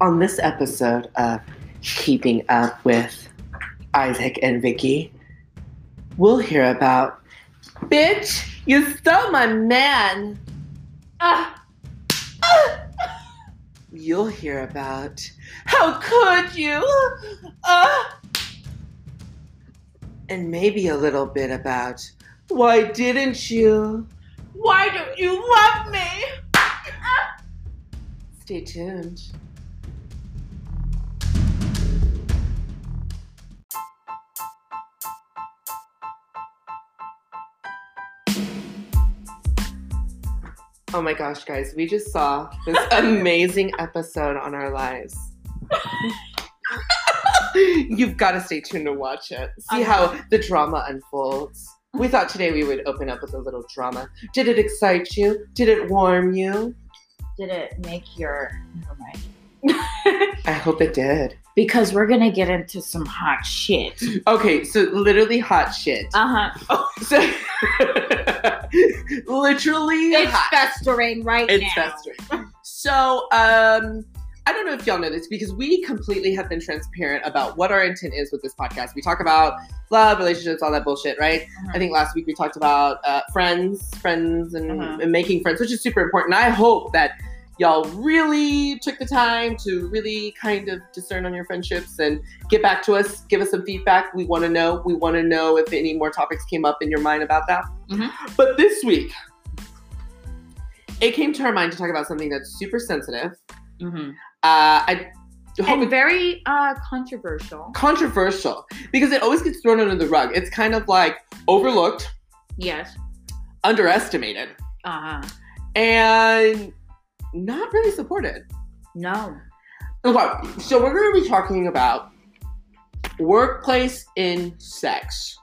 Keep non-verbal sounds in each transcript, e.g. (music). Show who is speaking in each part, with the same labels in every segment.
Speaker 1: On this episode of Keeping Up with Isaac and Vicky, we'll hear about Bitch, you stole my man.
Speaker 2: Ah,
Speaker 1: You'll hear about How could you? Ah! And maybe a little bit about Why didn't you?
Speaker 2: why don't you love me?
Speaker 1: Stay tuned. Oh my gosh, guys, we just saw this amazing episode on our lives. (laughs) You've got to stay tuned to watch it. See how the drama unfolds. We thought today we would open up with a little drama. Did it excite you? Did it warm you?
Speaker 2: Did it make your never mind?
Speaker 1: I hope it did.
Speaker 2: Because we're gonna get into some hot shit.
Speaker 1: Okay, so literally hot shit.
Speaker 2: Uh huh.
Speaker 1: (laughs) So literally
Speaker 2: It's
Speaker 1: hot.
Speaker 2: festering right
Speaker 1: It's
Speaker 2: now.
Speaker 1: festering. So um I don't know if y'all know this because we completely have been transparent about what our intent is with this podcast. We talk about love, relationships, all that bullshit, right?
Speaker 2: Uh-huh.
Speaker 1: I think last week we talked about uh, friends, friends, and,
Speaker 2: Uh-huh.
Speaker 1: and making friends, which is super important. I hope that y'all really took the time to really kind of discern on your friendships and get back to us, give us some feedback. We want to know. We want to know if any more topics came up in your mind about that.
Speaker 2: Mhm.
Speaker 1: But this week, it came to our mind to talk about something that's super sensitive.
Speaker 2: Mhm.
Speaker 1: Uh, I hope
Speaker 2: And very uh, controversial.
Speaker 1: controversial because it always gets thrown under the rug. It's kind of like overlooked,
Speaker 2: Yes.
Speaker 1: underestimated.
Speaker 2: Uh huh.
Speaker 1: and not really supported.
Speaker 2: No.
Speaker 1: Okay, so we're going to be talking about workplace in sex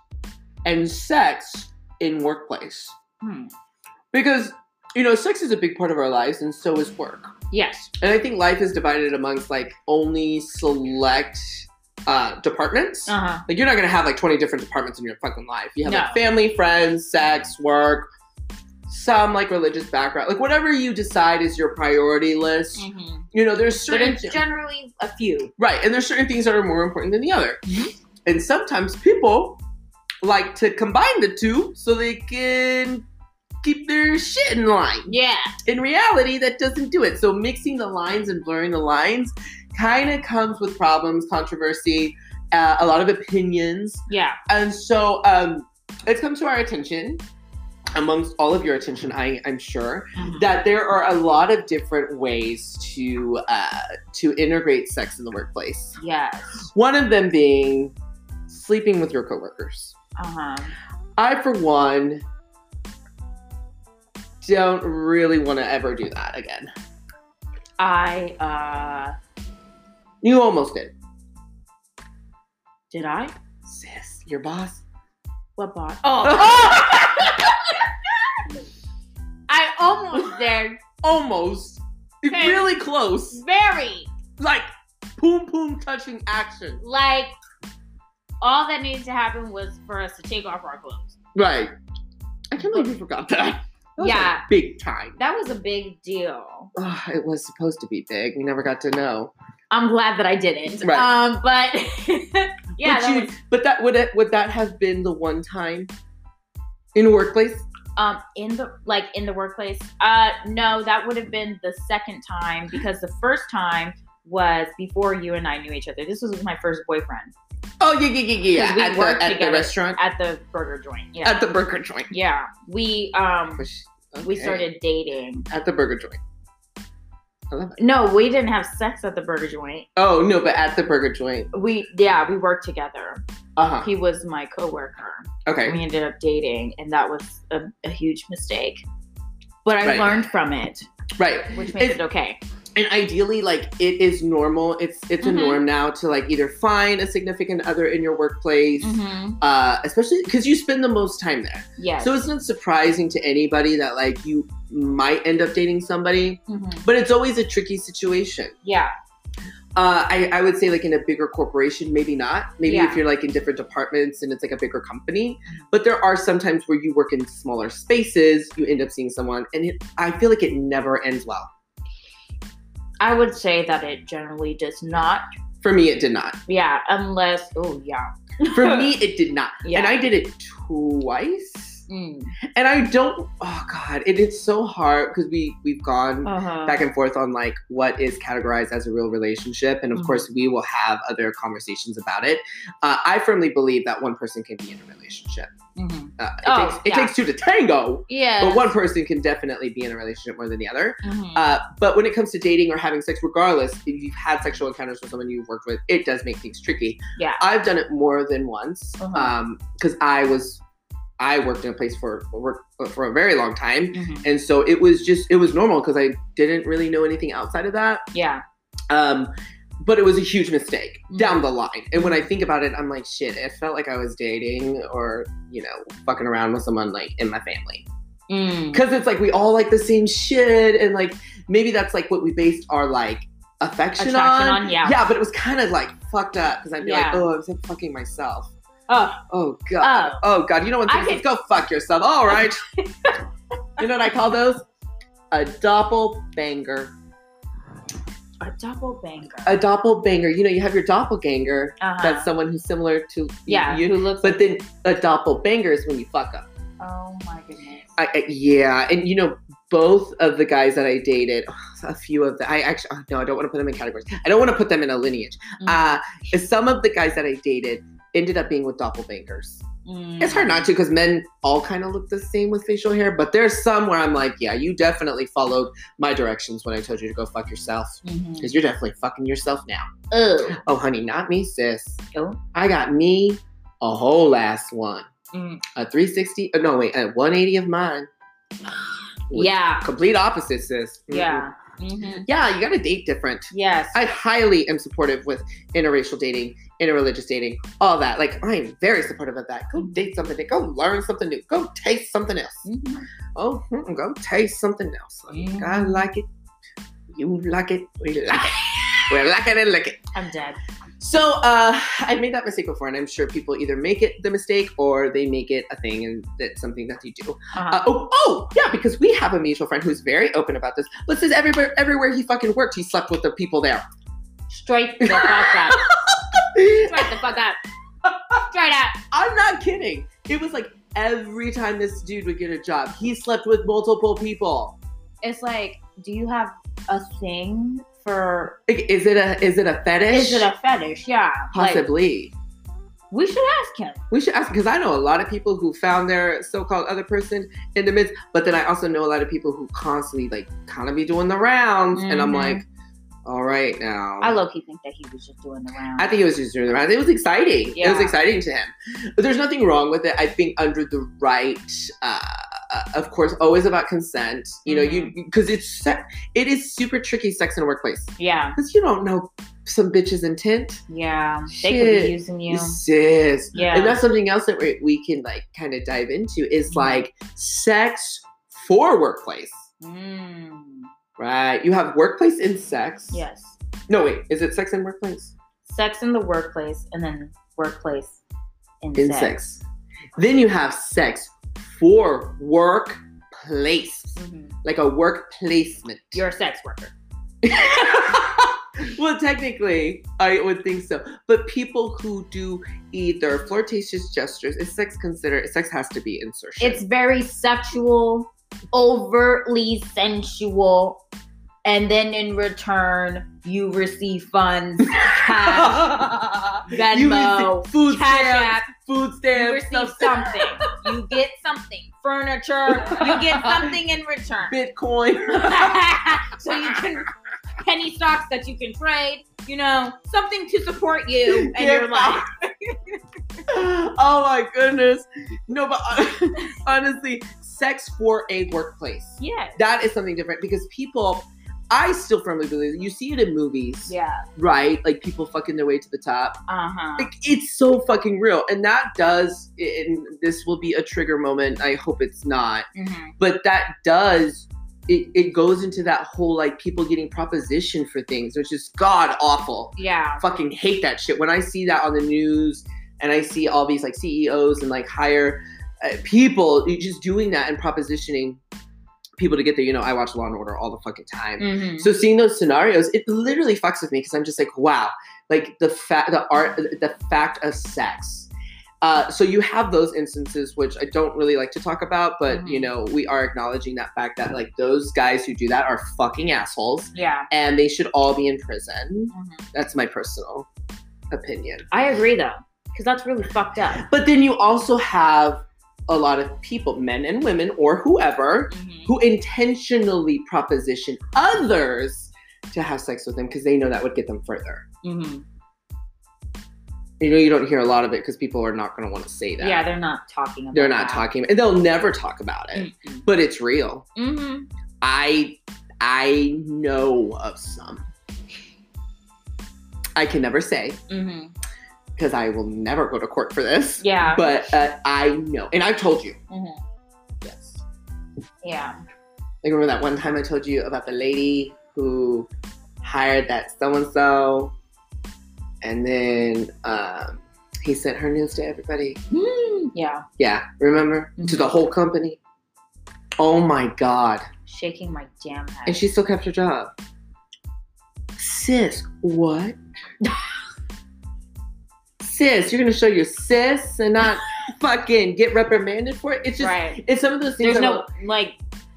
Speaker 1: and sex in workplace
Speaker 2: Hmm.
Speaker 1: because you know sex is a big part of our lives and so is work.
Speaker 2: Yes.
Speaker 1: And I think life is divided amongst like only select uh, departments.
Speaker 2: Uh huh.
Speaker 1: Like you're not gonna have like 20 different departments in your fucking life. You have
Speaker 2: No.
Speaker 1: like family, friends, sex, work, some like religious background, like whatever you decide is your priority list.
Speaker 2: Mm-hmm.
Speaker 1: You know, there's
Speaker 2: But
Speaker 1: certain
Speaker 2: it's
Speaker 1: thi-
Speaker 2: generally a few.
Speaker 1: right, and there's certain things that are more important than the other.
Speaker 2: Mm-hmm.
Speaker 1: And sometimes people like to combine the two so they can keep their shit in line.
Speaker 2: Yeah.
Speaker 1: In reality, that doesn't do it. So mixing the lines and blurring the lines kind of comes with problems, controversy, uh, a lot of opinions.
Speaker 2: Yeah.
Speaker 1: And so um, it's come to our attention, amongst all of your attention, I, I'm sure,
Speaker 2: Mhm.
Speaker 1: that there are a lot of different ways to uh, to integrate sex in the workplace.
Speaker 2: Yes.
Speaker 1: One of them being sleeping with your coworkers.
Speaker 2: Uh huh.
Speaker 1: I, for one, don't really want to ever do that again.
Speaker 2: I uh
Speaker 1: You almost did,
Speaker 2: did I?
Speaker 1: sis. Your boss. (laughs)
Speaker 2: What bot? Oh, (laughs) I almost there.
Speaker 1: almost.
Speaker 2: Okay.
Speaker 1: Really close.
Speaker 2: Very
Speaker 1: like boom boom touching action.
Speaker 2: like all that needed to happen was for us to take off our clothes.
Speaker 1: Right. I can't believe you forgot that. That was
Speaker 2: Yeah.
Speaker 1: a big time.
Speaker 2: That was a big deal.
Speaker 1: Ugh, it was supposed to be big. We never got to know.
Speaker 2: I'm glad that I didn't.
Speaker 1: Right.
Speaker 2: Um, but (laughs) yeah,
Speaker 1: but,
Speaker 2: that
Speaker 1: you-
Speaker 2: was,
Speaker 1: but that would it would that have been the one time in a workplace?
Speaker 2: um in the like in the workplace. Uh, no, that would have been the second time because the first time was before you and I knew each other. This was with my first boyfriend
Speaker 1: Oh yeah yeah yeah yeah.
Speaker 2: 'Cause we
Speaker 1: At
Speaker 2: worked
Speaker 1: the, at the
Speaker 2: together.
Speaker 1: restaurant
Speaker 2: at the burger joint. Yeah,
Speaker 1: at the burger joint.
Speaker 2: yeah. We um
Speaker 1: Which-
Speaker 2: we
Speaker 1: okay.
Speaker 2: started dating.
Speaker 1: at the burger joint. I love it.
Speaker 2: No, we didn't have sex at the burger joint.
Speaker 1: Oh no, but at the burger joint.
Speaker 2: We yeah, we worked together.
Speaker 1: Uh huh.
Speaker 2: He was my coworker.
Speaker 1: Okay.
Speaker 2: We ended up dating, and that was a, a huge mistake. But I
Speaker 1: Right.
Speaker 2: learned from it,
Speaker 1: Right.
Speaker 2: which makes
Speaker 1: It's-
Speaker 2: it okay.
Speaker 1: and ideally like it is normal it's it's
Speaker 2: Mhm.
Speaker 1: a norm now to like either find a significant other in your workplace
Speaker 2: Mm-hmm.
Speaker 1: uh especially because you spend the most time there
Speaker 2: Yes.
Speaker 1: so it's not surprising to anybody that like you might end up dating somebody
Speaker 2: Mhm.
Speaker 1: but it's always a tricky situation
Speaker 2: Yeah.
Speaker 1: uh, I, I would say like in a bigger corporation maybe not maybe
Speaker 2: Yeah.
Speaker 1: if you're like in different departments and it's like a bigger company
Speaker 2: Mhm.
Speaker 1: but there are sometimes where you work in smaller spaces you end up seeing someone and it, i feel like it never ends well
Speaker 2: I would say that it generally does not.
Speaker 1: For me, it did not.
Speaker 2: Yeah, unless oh yeah.
Speaker 1: For
Speaker 2: (laughs)
Speaker 1: me, it did not.
Speaker 2: Yeah.
Speaker 1: And I did it twice.
Speaker 2: Mm.
Speaker 1: And I don't. Oh God, it is so hard because we we've gone
Speaker 2: Uh-huh.
Speaker 1: back and forth on like what is categorized as a real relationship, and of
Speaker 2: Mhm.
Speaker 1: course we will have other conversations about it. Uh, I firmly believe that one person can be in a relationship.
Speaker 2: Mhm.
Speaker 1: Uh, it,
Speaker 2: Oh,
Speaker 1: takes, it
Speaker 2: yeah.
Speaker 1: takes two to tango,
Speaker 2: Yeah.
Speaker 1: but one person can definitely be in a relationship more than the other.
Speaker 2: Mhm.
Speaker 1: Uh, but when it comes to dating or having sex, regardless if you've had sexual encounters with someone you've worked with, it does make things tricky.
Speaker 2: Yeah.
Speaker 1: I've done it more than once because
Speaker 2: Uh-huh.
Speaker 1: I was I worked in a place for work for a very long time,
Speaker 2: Mhm.
Speaker 1: and so it was just it was normal because I didn't really know anything outside of that.
Speaker 2: Yeah.
Speaker 1: Um, but it was a huge mistake
Speaker 2: Mhm.
Speaker 1: down the line. And when I think about it, I'm like, shit, it felt like I was dating or, you know, fucking around with someone like in my family
Speaker 2: Mm.
Speaker 1: because it's like we all like the same shit and like maybe that's like what we based our like affection,
Speaker 2: Attraction on, yeah.
Speaker 1: but it was kind of like fucked up because i'd be like
Speaker 2: Yeah.
Speaker 1: oh i'm fucking myself
Speaker 2: Oh.
Speaker 1: oh god
Speaker 2: Oh.
Speaker 1: oh, god you know what
Speaker 2: I
Speaker 1: things
Speaker 2: can-
Speaker 1: is? go fuck yourself all
Speaker 2: (laughs)
Speaker 1: right you know what i call those a doppelbanger
Speaker 2: A double banger.
Speaker 1: a doppelbanger you know you have your doppelganger
Speaker 2: Uh-huh.
Speaker 1: that's someone who's similar to
Speaker 2: yeah.
Speaker 1: you
Speaker 2: who looks?
Speaker 1: but then a doppelbanger is when you fuck up
Speaker 2: oh my goodness.
Speaker 1: I, I, yeah, and you know, both of the guys that I dated, (sighs) a few of the, I actually oh, no, I don't want to put them in categories. I don't want to put them in a lineage.
Speaker 2: Mm.
Speaker 1: Uh, some of the guys that I dated ended up being with doppelbangers.
Speaker 2: Mm.
Speaker 1: It's hard not to because men all kind of look the same with facial hair, but there's some where I'm like, yeah, you definitely followed my directions when I told you to go fuck yourself
Speaker 2: Mhm.
Speaker 1: because you're definitely fucking yourself now.
Speaker 2: Ugh.
Speaker 1: Oh, honey, not me, sis.
Speaker 2: Oh.
Speaker 1: I got me a whole last one,
Speaker 2: Mm.
Speaker 1: a 360. uh, No, wait, a 180 of mine.
Speaker 2: Yeah.
Speaker 1: complete opposites, sis. Mhm.
Speaker 2: Yeah. hmm
Speaker 1: Yeah, you gotta date different.
Speaker 2: Yes.
Speaker 1: I highly am supportive with interracial dating, interreligious dating, all that. Like, I am very supportive of that. Go date something new. Go learn something new. Go taste something else.
Speaker 2: Mhm.
Speaker 1: Oh, mm, go taste something else. Like,
Speaker 2: Mm.
Speaker 1: I like it. You like it. We like it. We're liking it and lick it.
Speaker 2: I'm dead.
Speaker 1: So uh, I made that mistake before, and I'm sure people either make it the mistake or they make it a thing, and that's something that they do.
Speaker 2: Uh-huh.
Speaker 1: Uh, oh, oh, yeah, because we have a mutual friend who's very open about this. But says everywhere, everywhere he fucking worked, he slept with the people there. (laughs)
Speaker 2: Straight the fuck up. Straight the fuck up. Straight up.
Speaker 1: I'm not kidding. It was like every time this dude would get a job, he slept with multiple people.
Speaker 2: It's like, do you have a thing for?
Speaker 1: Like, is it a is it a fetish?
Speaker 2: Is it a fetish? Yeah. Like,
Speaker 1: possibly?
Speaker 2: we should ask him.
Speaker 1: we should ask because I know a lot of people who found their so-called other person in the midst, but then I also know a lot of people who constantly like kind of be doing the rounds, and I'm
Speaker 2: Mhm.
Speaker 1: like, all right now.
Speaker 2: I low key think that he was just doing the
Speaker 1: Um,
Speaker 2: round.
Speaker 1: I think it was just doing the rounds. It was exciting. It was
Speaker 2: Yeah.
Speaker 1: exciting to him. But there's nothing wrong with it. I think under the right, uh, uh, of course, always about consent. You know,
Speaker 2: Mm-hmm.
Speaker 1: you because it's se- it is super tricky sex in the workplace
Speaker 2: yeah.
Speaker 1: because you don't know some bitch's intent.
Speaker 2: Yeah. They could
Speaker 1: Shit.
Speaker 2: be using you.
Speaker 1: Sis.
Speaker 2: Yeah. Mm-hmm.
Speaker 1: And that's something else that we, we can like kind of dive into is like sex for workplace,
Speaker 2: Mm.
Speaker 1: right? You have workplace and sex.
Speaker 2: Yes.
Speaker 1: No, wait. Is it sex and workplace?
Speaker 2: Sex in the workplace, and then workplace in,
Speaker 1: in sex. Then you have sex for workplace,
Speaker 2: Mhm.
Speaker 1: like a work placement.
Speaker 2: You're a sex worker.
Speaker 1: (laughs) well, technically, I would think so. But people who do either flirtatious gestures, is sex considered? Sex has to be insertion.
Speaker 2: It's very sexual, overtly sensual, and then in return you receive (laughs) funds, cash,
Speaker 1: (laughs) You
Speaker 2: Uh, Venmo,
Speaker 1: receive food
Speaker 2: Cash
Speaker 1: stamps,
Speaker 2: App.
Speaker 1: food
Speaker 2: You
Speaker 1: stamps,
Speaker 2: receive
Speaker 1: stuff-
Speaker 2: something. You get something. Furniture. You get (laughs) something in (laughs) return.
Speaker 1: Bitcoin. (laughs)
Speaker 2: so you can penny stocks that you can trade. You know, something to support you (laughs) and
Speaker 1: Yeah.
Speaker 2: your life.
Speaker 1: oh my goodness. No, but hon- (laughs) honestly, sex for a workplace.
Speaker 2: Yeah.
Speaker 1: That is something different because people, I still firmly believe you see it in movies,
Speaker 2: Yeah.
Speaker 1: right? Like people fucking their way to the top.
Speaker 2: Uh huh.
Speaker 1: Like it's so fucking real, and that does. And this will be a trigger moment. I hope it's not,
Speaker 2: hmm
Speaker 1: but that does. It, it goes into that whole like people getting proposition for things, which is god awful
Speaker 2: Yeah.
Speaker 1: fucking hate that shit. When I see that on the news and I see all these like CEOs and like higher uh, people just doing that and propositioning people to get there. You know, I watch Law and Order all the fucking time.
Speaker 2: Mhm.
Speaker 1: So seeing those scenarios, it literally fucks with me because I'm just like, wow, like the fact, the art, the fact of sex. Uh, so you have those instances which I don't really like to talk about, but
Speaker 2: Mhm.
Speaker 1: you know we are acknowledging that fact that like those guys who do that are fucking assholes,
Speaker 2: Yeah.
Speaker 1: and they should all be in prison.
Speaker 2: Mhm.
Speaker 1: That's my personal opinion.
Speaker 2: I agree though, because that's really fucked up.
Speaker 1: But then you also have a lot of people, men and women, or whoever,
Speaker 2: Mhm.
Speaker 1: who intentionally proposition others to have sex with them because they know that would get them further.
Speaker 2: Mhm.
Speaker 1: You know, you don't hear a lot of it because people are not going to want to say that.
Speaker 2: Yeah, they're not talking about
Speaker 1: They're not
Speaker 2: that.
Speaker 1: talking, and they'll never talk about it.
Speaker 2: Mhm.
Speaker 1: But it's real.
Speaker 2: Mhm.
Speaker 1: I I know of some. I can never say
Speaker 2: Mhm.
Speaker 1: because I will never go to court for this.
Speaker 2: Yeah.
Speaker 1: But uh, I know, and I've told you.
Speaker 2: Mhm.
Speaker 1: Yes.
Speaker 2: Yeah.
Speaker 1: Like remember that one time I told you about the lady who hired that so and so, and then um, he sent her news to everybody. Hmm.
Speaker 2: Mm, Yeah.
Speaker 1: Yeah, remember
Speaker 2: Mm-hmm.
Speaker 1: to the whole company. Oh my god!
Speaker 2: Shaking my damn head.
Speaker 1: And she still kept her job. Sis,
Speaker 2: (laughs)
Speaker 1: what? sis, you're gonna show your sis and
Speaker 2: (laughs)
Speaker 1: not fucking get reprimanded for it. It's just
Speaker 2: right.
Speaker 1: it's some of those things.
Speaker 2: There's
Speaker 1: I'm
Speaker 2: no like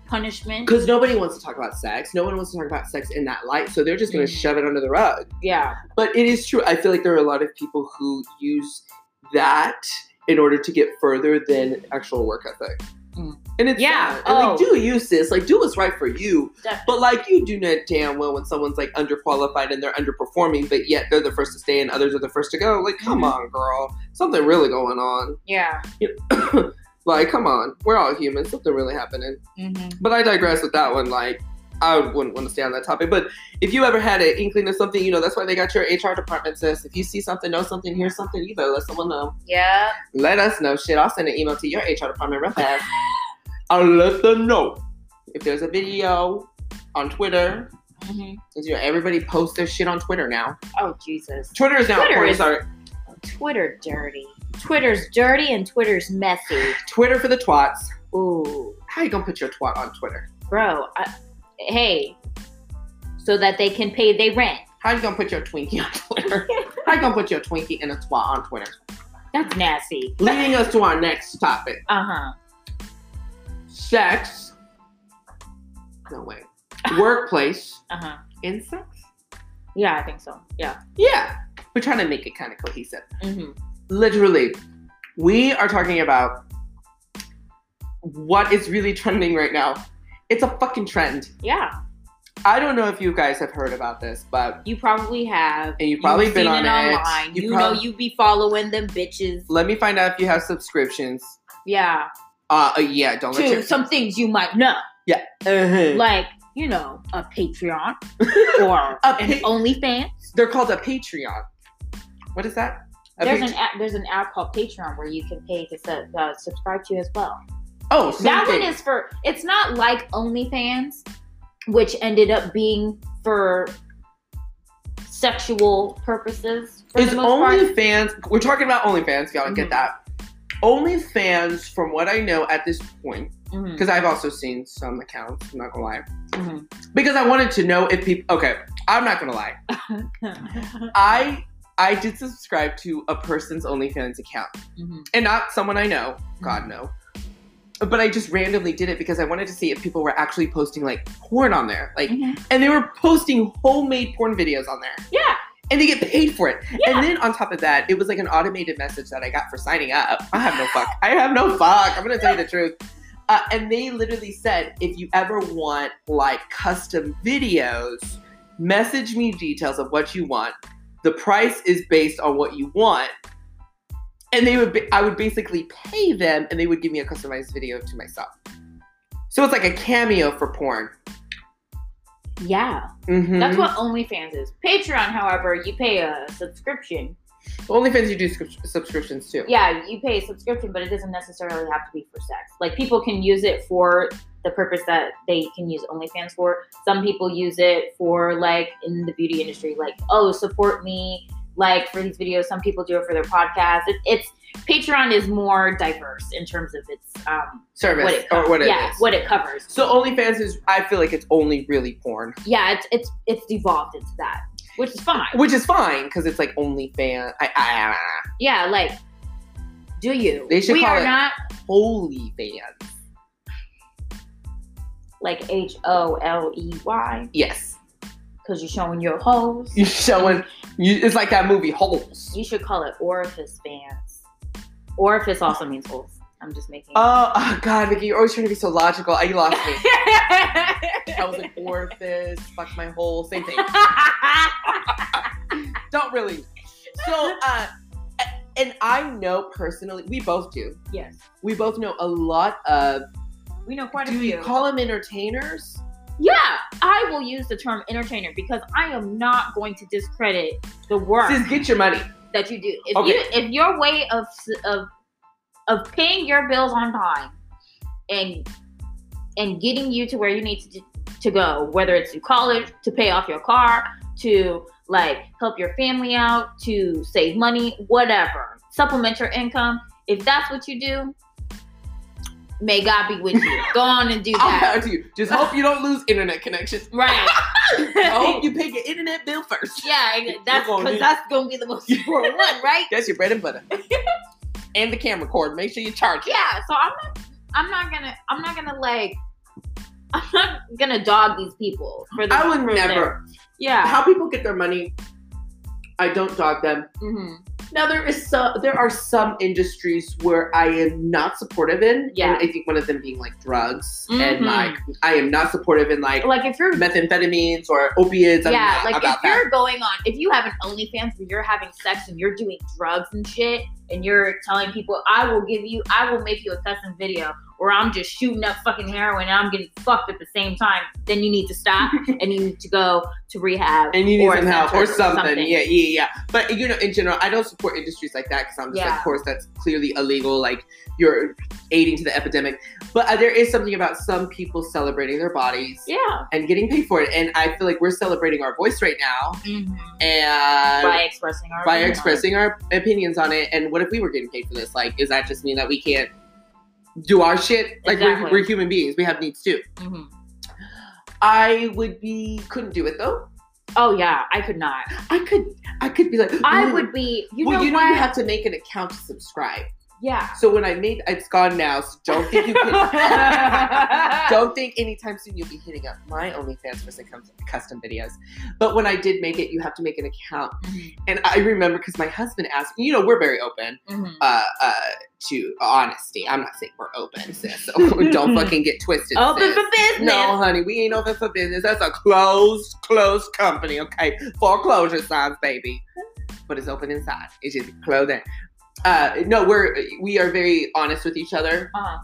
Speaker 2: punishment.
Speaker 1: because nobody wants to talk about sex. No one wants to talk about sex in that light, so they're just going to
Speaker 2: Mhm.
Speaker 1: shove it under the rug.
Speaker 2: Yeah.
Speaker 1: But it is true. I feel like there are a lot of people who use that in order to get further than actual work ethic.
Speaker 2: Mm.
Speaker 1: And it's
Speaker 2: Yeah.
Speaker 1: sad. And, like,
Speaker 2: Oh.
Speaker 1: do you sis? Like, do what's right for you.
Speaker 2: Definitely.
Speaker 1: But like, you do not damn well when someone's like underqualified and they're underperforming, but yet they're the first to stay and others are the first to go. Like, come
Speaker 2: Mhm.
Speaker 1: on, girl, something really going on.
Speaker 2: Yeah.
Speaker 1: like, come on, we're all humans. Something really happening.
Speaker 2: hmm
Speaker 1: But I digress with that one. Like, I wouldn't want to stay on that topic. But if you ever had an inkling of something, you know, that's why they got your HR department, sis. If you see something, know something, hear something, you better let someone know.
Speaker 2: Yeah.
Speaker 1: Let us know. Shit, I'll send an email to your HR department real fast.
Speaker 2: (laughs)
Speaker 1: I'll let them know. If there's a video on Twitter,
Speaker 2: hmm
Speaker 1: 'cause, you know, everybody posts their shit on Twitter now.
Speaker 2: Oh Jesus.
Speaker 1: Twitter is now
Speaker 2: Twitter
Speaker 1: porn
Speaker 2: is-
Speaker 1: star-
Speaker 2: Twitter dirty. Twitter's dirty and Twitter's messy.
Speaker 1: Twitter for the twats.
Speaker 2: Ooh,
Speaker 1: How you gonna put your twat on Twitter?
Speaker 2: bro. I, hey, so that they can pay their rent.
Speaker 1: How you gonna put your Twinkie on
Speaker 2: (laughs)
Speaker 1: Twitter? How you gonna put your Twinkie and a twat on Twitter?
Speaker 2: That's nasty.
Speaker 1: Leading us to our next topic.
Speaker 2: Uh huh.
Speaker 1: sex. No way.
Speaker 2: (laughs)
Speaker 1: Workplace
Speaker 2: Uh huh.
Speaker 1: and sex.
Speaker 2: Yeah, I think so. Yeah.
Speaker 1: Yeah, we're trying to make it kind of cohesive.
Speaker 2: hmm
Speaker 1: Literally, we are talking about what is really trending right now. It's a fucking trend.
Speaker 2: Yeah.
Speaker 1: I don't know if you guys have heard about this, but
Speaker 2: You probably have.
Speaker 1: And you've probably been
Speaker 2: seen
Speaker 1: on
Speaker 2: it
Speaker 1: it.
Speaker 2: online.
Speaker 1: You
Speaker 2: You,
Speaker 1: prob-
Speaker 2: know you be following them bitches.
Speaker 1: let me find out if you have subscriptions.
Speaker 2: Yeah.
Speaker 1: Uh, uh, yeah, don't let
Speaker 2: To
Speaker 1: your
Speaker 2: some things you might know,
Speaker 1: Uh-huh.
Speaker 2: like you know a
Speaker 1: (laughs)
Speaker 2: Patreon or
Speaker 1: A
Speaker 2: an
Speaker 1: pa-
Speaker 2: OnlyFans.
Speaker 1: They're called a Patreon. What is that? A
Speaker 2: There's
Speaker 1: Pat-
Speaker 2: an app, there's an app called Patreon where you can pay to sub, uh, subscribe to as well.
Speaker 1: oh, same
Speaker 2: that
Speaker 1: thing.
Speaker 2: one is for it's not like OnlyFans, which ended up being for sexual purposes. For
Speaker 1: It's
Speaker 2: the most part.
Speaker 1: OnlyFans. We're talking about OnlyFans, y'all. Get
Speaker 2: Mhm.
Speaker 1: that. OnlyFans, from what I know at this point,
Speaker 2: Mhm,
Speaker 1: because I've also seen some accounts. I'm not gonna lie, (laughs)
Speaker 2: mhm.
Speaker 1: because I wanted to know if people. Okay, I'm not gonna lie.
Speaker 2: Mm-hmm.
Speaker 1: I I did subscribe to a person's OnlyFans account,
Speaker 2: Mhm.
Speaker 1: and not someone I know.
Speaker 2: Mm-hmm.
Speaker 1: God no. But I just randomly did it because I wanted to see if people were actually posting like porn on there, like,
Speaker 2: Mhm.
Speaker 1: and they were posting homemade porn videos on there.
Speaker 2: Yeah,
Speaker 1: and they get paid for it.
Speaker 2: Yeah.
Speaker 1: And then on top of that, it was like an automated message that I got for signing up. I have no fuck. I have no fuck. I'm gonna tell you the truth. Uh, and they literally said, if you ever want like custom videos, message me details of what you want. The price is based on what you want. And they would, be, I would basically pay them, and they would give me a customized video to myself. So it's like a cameo for porn.
Speaker 2: yeah.
Speaker 1: Mhm.
Speaker 2: That's what OnlyFans is. Patreon, however, you pay a subscription.
Speaker 1: OnlyFans. You do subscri- subscriptions too.
Speaker 2: Yeah, you pay a subscription, but it doesn't necessarily have to be for sex. Like people can use it for the purpose that they can use OnlyFans for. Some people use it for like in the beauty industry, like oh support me like for these videos. Some people do it for their podcast. It, it's Patreon is more diverse in terms of its um,
Speaker 1: service
Speaker 2: what it
Speaker 1: or what it
Speaker 2: yeah
Speaker 1: is.
Speaker 2: what it covers.
Speaker 1: so OnlyFans is I feel like it's only really porn,
Speaker 2: Yeah, it's it's it's devolved into that, which is fine.
Speaker 1: which is fine because it's like OnlyFans. I, I, ah, I,
Speaker 2: Yeah, like do you?
Speaker 1: They should
Speaker 2: we
Speaker 1: call
Speaker 2: are
Speaker 1: it-
Speaker 2: not
Speaker 1: holy fans.
Speaker 2: like H O L E Y
Speaker 1: Yes,
Speaker 2: because you're showing your holes.
Speaker 1: you showing. You, it's like that movie Holes.
Speaker 2: You should call it orifice fans. Orifice also means holes. I'm just making.
Speaker 1: Oh, oh God, Vicky, you're always trying to be so logical. I you lost me. I was an orifice. Fuck my hole. Same thing. Don't really. So, uh, and I know personally, we both do.
Speaker 2: (laughs) yes,
Speaker 1: We both know a lot of.
Speaker 2: we know quite a
Speaker 1: Do
Speaker 2: few.
Speaker 1: you call them entertainers?
Speaker 2: yeah, I will use the term entertainer because I am not going to discredit the work
Speaker 1: Sis, get your (laughs) money.
Speaker 2: that you do. If
Speaker 1: Okay.
Speaker 2: you if your way of s- of of paying your bills on time and and getting you to where you need to to go, whether it's to college, to pay off your car, to like help your family out, to save money, whatever, supplement your income. If that's what you do, may God be with
Speaker 1: (laughs)
Speaker 2: you. go on and do
Speaker 1: I'll
Speaker 2: that.
Speaker 1: power to you. Just hope you don't lose internet connections. (laughs)
Speaker 2: Right.
Speaker 1: I hope you pay your internet bill first.
Speaker 2: (laughs) yeah,
Speaker 1: You're
Speaker 2: that's
Speaker 1: Oh, gonna
Speaker 2: because
Speaker 1: need-
Speaker 2: that's gonna be
Speaker 1: (laughs)
Speaker 2: the most important one, right?
Speaker 1: That's your bread and (laughs) butter. and the camera cord. Make sure you charge it.
Speaker 2: yeah so i'm not i'm not gonna i'm not gonna like i'm not gonna dog these people for the
Speaker 1: I would
Speaker 2: for
Speaker 1: never.
Speaker 2: their- yeah
Speaker 1: How people get their money, I don't dog them.
Speaker 2: Mhm.
Speaker 1: Now there is some, there are some industries where I am not supportive in.
Speaker 2: Yeah.
Speaker 1: And I think one of them being like drugs
Speaker 2: Mhm.
Speaker 1: and like I am not supportive in Mm-hmm. like
Speaker 2: like if you're
Speaker 1: methamphetamines or opiates. I'm
Speaker 2: yeah
Speaker 1: not
Speaker 2: like if
Speaker 1: about that.
Speaker 2: you're going on if you have an onlyfans where you're having sex and you're doing drugs and shit and you're telling people i will give you i will make you a custom video or i'm just shooting up fucking heroin and i'm getting fucked at the same time then you need to
Speaker 1: (laughs)
Speaker 2: stop and you need to go to rehab
Speaker 1: and you need
Speaker 2: or
Speaker 1: some help
Speaker 2: center
Speaker 1: or something. Yeah, yeah, yeah. But you know, in general, I don't support industries like that because I'm just like,
Speaker 2: Yeah.
Speaker 1: of course, that's clearly illegal. Like you're aiding to the epidemic. But uh, there is something about some people celebrating their bodies
Speaker 2: yeah
Speaker 1: and getting paid for it. And I feel like we're celebrating our voice right now
Speaker 2: Mhm.
Speaker 1: and
Speaker 2: by
Speaker 1: by,
Speaker 2: expressing our opinion on it.
Speaker 1: expressing our opinions on it. And what if we were getting paid for this? Like, does that just mean that we can't do our shit? Like
Speaker 2: Exactly.
Speaker 1: we're, we're human beings. We have needs too.
Speaker 2: Mhm.
Speaker 1: I would be couldn't do it though.
Speaker 2: Oh yeah, I could not.
Speaker 1: I could I could be like
Speaker 2: I
Speaker 1: "Ooh,
Speaker 2: would be. You
Speaker 1: well,
Speaker 2: know
Speaker 1: you know
Speaker 2: what?
Speaker 1: you have to make an account to subscribe.
Speaker 2: yeah.
Speaker 1: So when I made, it's gone now. So don't think you
Speaker 2: (laughs)
Speaker 1: can. don't think anytime soon you'll be hitting up my OnlyFans for some custom- custom videos. But when I did make it, you have to make an account.
Speaker 2: Mhm,
Speaker 1: And I remember because my husband asked me. You know, we're very open
Speaker 2: mhm.
Speaker 1: uh, uh, to honesty. I'm not saying we're open, sis. (laughs) So don't
Speaker 2: (laughs)
Speaker 1: fucking get twisted.
Speaker 2: Open
Speaker 1: sis.
Speaker 2: for business.
Speaker 1: No, honey, we ain't open for business. That's a closed, closed company, okay? Foreclosure signs, baby. But it's open inside. It's just closed in. Uh, no, we're we are very honest with each other,
Speaker 2: Uh-huh.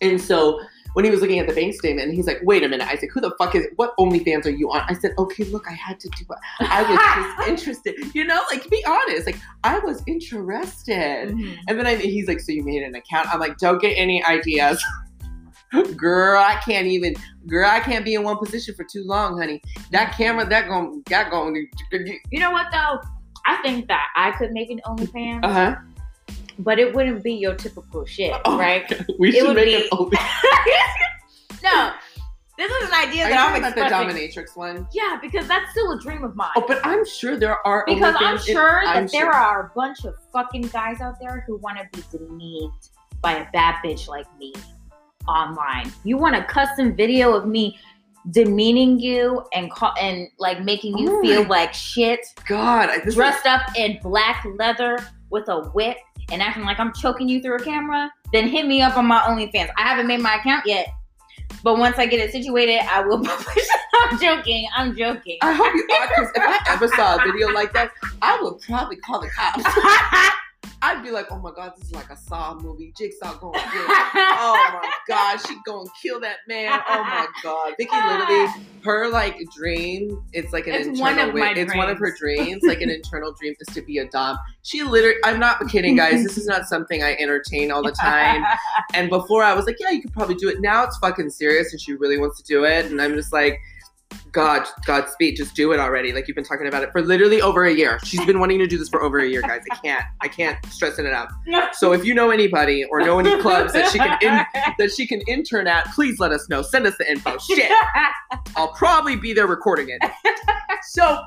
Speaker 1: and so when he was looking at the bank statement, he's like, "Wait a minute, Isaac, who the fuck is? What OnlyFans are you on?" I said, "Okay, look, I had to do it. I
Speaker 2: (laughs)
Speaker 1: was just interested, you know, like be honest, like I was interested."
Speaker 2: Mhm.
Speaker 1: And then I, he's like, "So you made an account?" I'm like, "Don't get any ideas, (laughs) girl. I can't even, girl. I can't be in one position for too long, honey. That camera, that gon' that gon'
Speaker 2: You know what though? I think that I could make an OnlyFans,
Speaker 1: uh huh.
Speaker 2: but it wouldn't be your typical shit,
Speaker 1: Oh.
Speaker 2: right?
Speaker 1: We
Speaker 2: It would
Speaker 1: should make
Speaker 2: be-
Speaker 1: it open.
Speaker 2: (laughs) no, this is an idea
Speaker 1: Are you
Speaker 2: that I'm
Speaker 1: talking about the
Speaker 2: expressing.
Speaker 1: dominatrix one?
Speaker 2: yeah, because that's still a dream of mine.
Speaker 1: Oh, but I'm sure there are
Speaker 2: because I'm
Speaker 1: OnlyFans in-
Speaker 2: sure that
Speaker 1: I'm
Speaker 2: there
Speaker 1: sure.
Speaker 2: are a bunch of fucking guys out there who want to be demeaned by a bad bitch like me online. You want a custom video of me demeaning you and call, and like making you
Speaker 1: Oh
Speaker 2: feel
Speaker 1: my-
Speaker 2: like shit,
Speaker 1: God, I- this is,
Speaker 2: dressed up in black leather with a whip and acting like I'm choking you through a camera? Then hit me up on my OnlyFans. I haven't made my account yet. But once I get it situated, I will (laughs) publish. I'm joking. I'm joking.
Speaker 1: I hope you are. Because if I ever saw a video like that, I would probably call the cops. I'd be like, "Oh my God, this is like a Saw movie. Jigsaw going." Good. oh my god, she gonna kill that man. Oh
Speaker 2: (laughs)
Speaker 1: my god, Vicky literally, her like dream. It's like an
Speaker 2: It's
Speaker 1: internal.
Speaker 2: one of
Speaker 1: way-
Speaker 2: my
Speaker 1: it's one of her dreams. Like
Speaker 2: (laughs)
Speaker 1: an internal dream is to be a dom. She literally. I'm not kidding, guys. this is not something I entertain (laughs) all the time. And before I was like, yeah, you could probably do it. Now it's fucking serious, and she really wants to do it. And I'm just like. God, Godspeed, just do it already. Like you've been talking about it for literally over a year. She's been wanting to do this for over a year, guys. I can't, I can't stress it enough. So if you know anybody or know any clubs that she can in, that she can intern at, please let us know. Send us the info. Shit, I'll probably be there recording it. So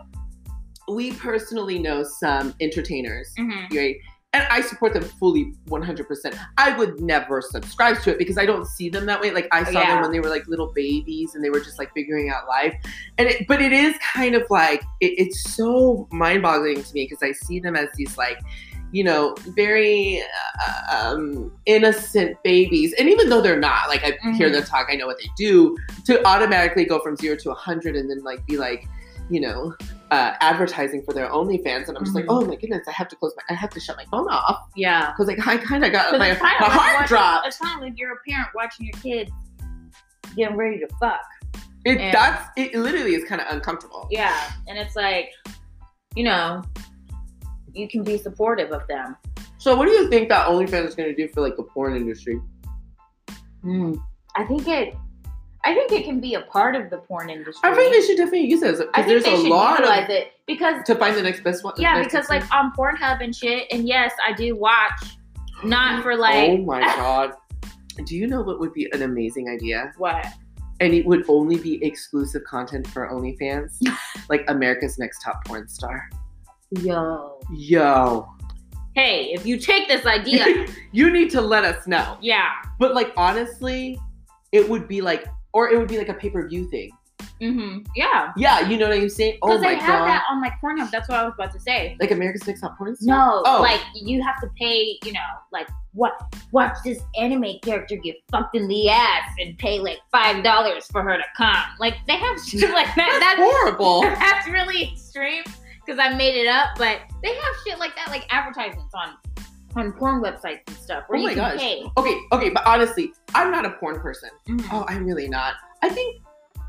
Speaker 1: we personally know some entertainers,
Speaker 2: Mhm.
Speaker 1: right? And I support them fully, 100%. I would never subscribe to it because I don't see them that way. Like I saw
Speaker 2: Yeah.
Speaker 1: them when they were like little babies and they were just like figuring out life. And it, but it is kind of like it, it's so mind-boggling to me because I see them as these like you know, very uh, um, innocent babies. And even though they're not, like I hear
Speaker 2: Mhm.
Speaker 1: them talk, I know what they do, to automatically go from zero to 100 and then like be like, you know, uh, advertising for their OnlyFans. And I'm just like,
Speaker 2: Mhm.
Speaker 1: oh my goodness, I have to close my, I have to shut my phone off.
Speaker 2: Yeah.
Speaker 1: Cause like I kind of got
Speaker 2: 'Cause
Speaker 1: my,
Speaker 2: it's kinda
Speaker 1: my
Speaker 2: like
Speaker 1: heart
Speaker 2: watching-
Speaker 1: dropped.
Speaker 2: It's kind of like you're a parent watching your kid getting ready to fuck.
Speaker 1: It,
Speaker 2: Yeah.
Speaker 1: That's, it literally is kind of uncomfortable.
Speaker 2: Yeah, and it's like, you know, you can be supportive of them.
Speaker 1: So what do you think that OnlyFans is going to do for like the porn industry?
Speaker 2: I think it, I think it can be a part of the porn industry.
Speaker 1: I think they should definitely use it.
Speaker 2: I
Speaker 1: Because
Speaker 2: think
Speaker 1: there's
Speaker 2: they
Speaker 1: a
Speaker 2: should
Speaker 1: lot
Speaker 2: utilize
Speaker 1: of,
Speaker 2: it because
Speaker 1: to find the next best one.
Speaker 2: yeah,
Speaker 1: next
Speaker 2: because
Speaker 1: best one.
Speaker 2: like on Pornhub and shit, and yes, I do watch, not for like
Speaker 1: Oh my god. Do you know what would be an amazing idea?
Speaker 2: what.
Speaker 1: And it would only be exclusive content for
Speaker 2: (laughs)
Speaker 1: OnlyFans, like America's Next Top Porn Star.
Speaker 2: Yo,
Speaker 1: Yo,
Speaker 2: hey, if you take
Speaker 1: (laughs)
Speaker 2: this idea,
Speaker 1: you need to let us know.
Speaker 2: yeah,
Speaker 1: But like honestly, it would be like, or it would be like a pay per view thing.
Speaker 2: mm-hmm. yeah,
Speaker 1: Yeah, you know what I'm saying? Oh
Speaker 2: because
Speaker 1: my
Speaker 2: they have
Speaker 1: god,
Speaker 2: that on like Pornhub. That's what I was about to say.
Speaker 1: like America's Next Top Porn Star.
Speaker 2: No,
Speaker 1: Oh.
Speaker 2: like you have to pay, you know, like what watch this anime character get fucked in the ass and pay like five dollars for her to come. Like they have (laughs) shit like
Speaker 1: That's
Speaker 2: that.
Speaker 1: horrible.
Speaker 2: That's (laughs) that's really extreme because I made it up, but they have shit like that, like advertisements on on porn websites and stuff where
Speaker 1: Oh
Speaker 2: you
Speaker 1: my
Speaker 2: can
Speaker 1: gosh.
Speaker 2: pay.
Speaker 1: okay, okay, but honestly, I'm not a porn person.
Speaker 2: Mhm.
Speaker 1: Oh, I'm really not. I think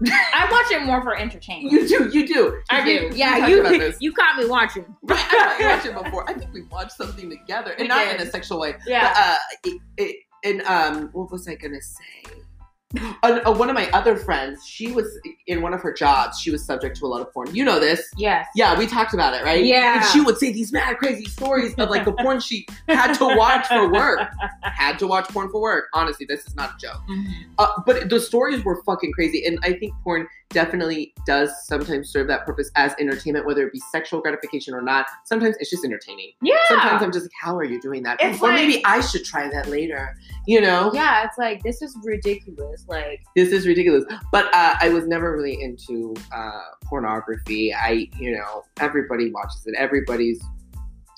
Speaker 2: I watch it more for entertainment.
Speaker 1: you do, you do.
Speaker 2: I do.
Speaker 1: We- we
Speaker 2: Yeah,
Speaker 1: talked
Speaker 2: you
Speaker 1: about this.
Speaker 2: (laughs) you caught me watching.
Speaker 1: Right, I watched it before. I think we watched something together, and
Speaker 2: We
Speaker 1: not
Speaker 2: did.
Speaker 1: in a sexual way.
Speaker 2: Yeah.
Speaker 1: But, uh, it, it, and um, what was I gonna say? Uh, uh, one of my other friends, she was in one of her jobs. She was subject to a lot of porn. You know this.
Speaker 2: yes.
Speaker 1: Yeah, we talked about it, right?
Speaker 2: Yeah.
Speaker 1: And she would say these mad crazy stories of like the porn she had to watch for work. Had to watch porn for work. Honestly, this is not a joke.
Speaker 2: Mhm.
Speaker 1: Uh, but the stories were fucking crazy, and I think porn definitely does sometimes serve that purpose as entertainment, whether it be sexual gratification or not. Sometimes it's just entertaining.
Speaker 2: Yeah.
Speaker 1: Sometimes I'm just like, how are you doing that?
Speaker 2: It's
Speaker 1: or
Speaker 2: like-
Speaker 1: maybe I should try that later. You know,
Speaker 2: yeah, it's like this is ridiculous. Like
Speaker 1: this is ridiculous. But uh, I was never really into uh, pornography. I, you know, everybody watches it. Everybody's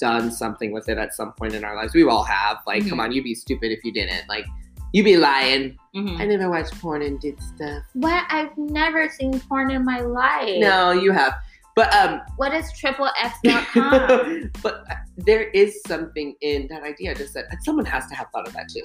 Speaker 1: done something with it at some point in our lives. We all have. Like, come
Speaker 2: Mhm.
Speaker 1: on, you'd be stupid if you didn't. Like, you'd be lying.
Speaker 2: mhm.
Speaker 1: I never watched porn and did stuff.
Speaker 2: What? I've never seen porn in my life.
Speaker 1: No, you have. But um,
Speaker 2: What is
Speaker 1: (laughs)
Speaker 2: XXX.com?
Speaker 1: but uh, there is something in that idea. Just that someone has to have thought of that too.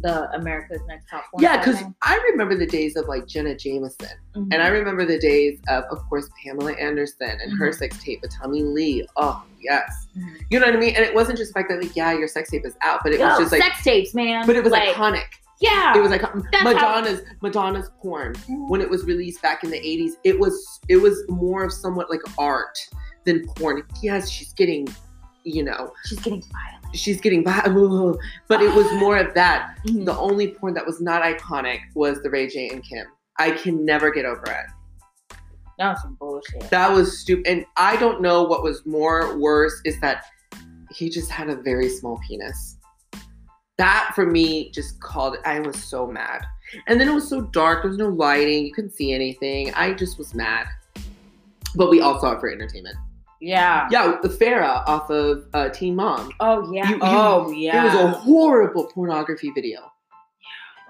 Speaker 2: the America's Next Top Porn.
Speaker 1: Yeah, because I remember the days of like Jenna Jameson, and
Speaker 2: Mm-hmm.
Speaker 1: I remember the days of, of course, Pamela Anderson and her
Speaker 2: Mhm.
Speaker 1: sex tape with Tommy Lee. Oh yes,
Speaker 2: Mm-hmm.
Speaker 1: you know what I mean. And it wasn't just the fact that like yeah, your sex tape is out, but it was just like,
Speaker 2: sex tapes, man.
Speaker 1: but it was
Speaker 2: like,
Speaker 1: iconic.
Speaker 2: yeah, Mm-hmm.
Speaker 1: It was like um,
Speaker 2: how-
Speaker 1: Madonna's Madonna's porn when it was released back in the 80s it was it was more of somewhat like art than porn yes she's getting you know
Speaker 2: she's getting violent.
Speaker 1: she's getting bi- (laughs) ooh, but it was more of that
Speaker 2: Mhm.
Speaker 1: the only porn that was not iconic was the ray j and kim i can never get over it
Speaker 2: That was some bullshit.
Speaker 1: that was stupid and i don't know what was more worse is that he just had a very small penis that for me just called i was so mad and then it was so dark there was no lighting you couldn't see anything i just was mad but we all saw it for entertainment
Speaker 2: yeah.
Speaker 1: yeah the farah off of uh, teen mom
Speaker 2: Oh yeah.
Speaker 1: You- you-
Speaker 2: oh yeah.
Speaker 1: it was a horrible pornography video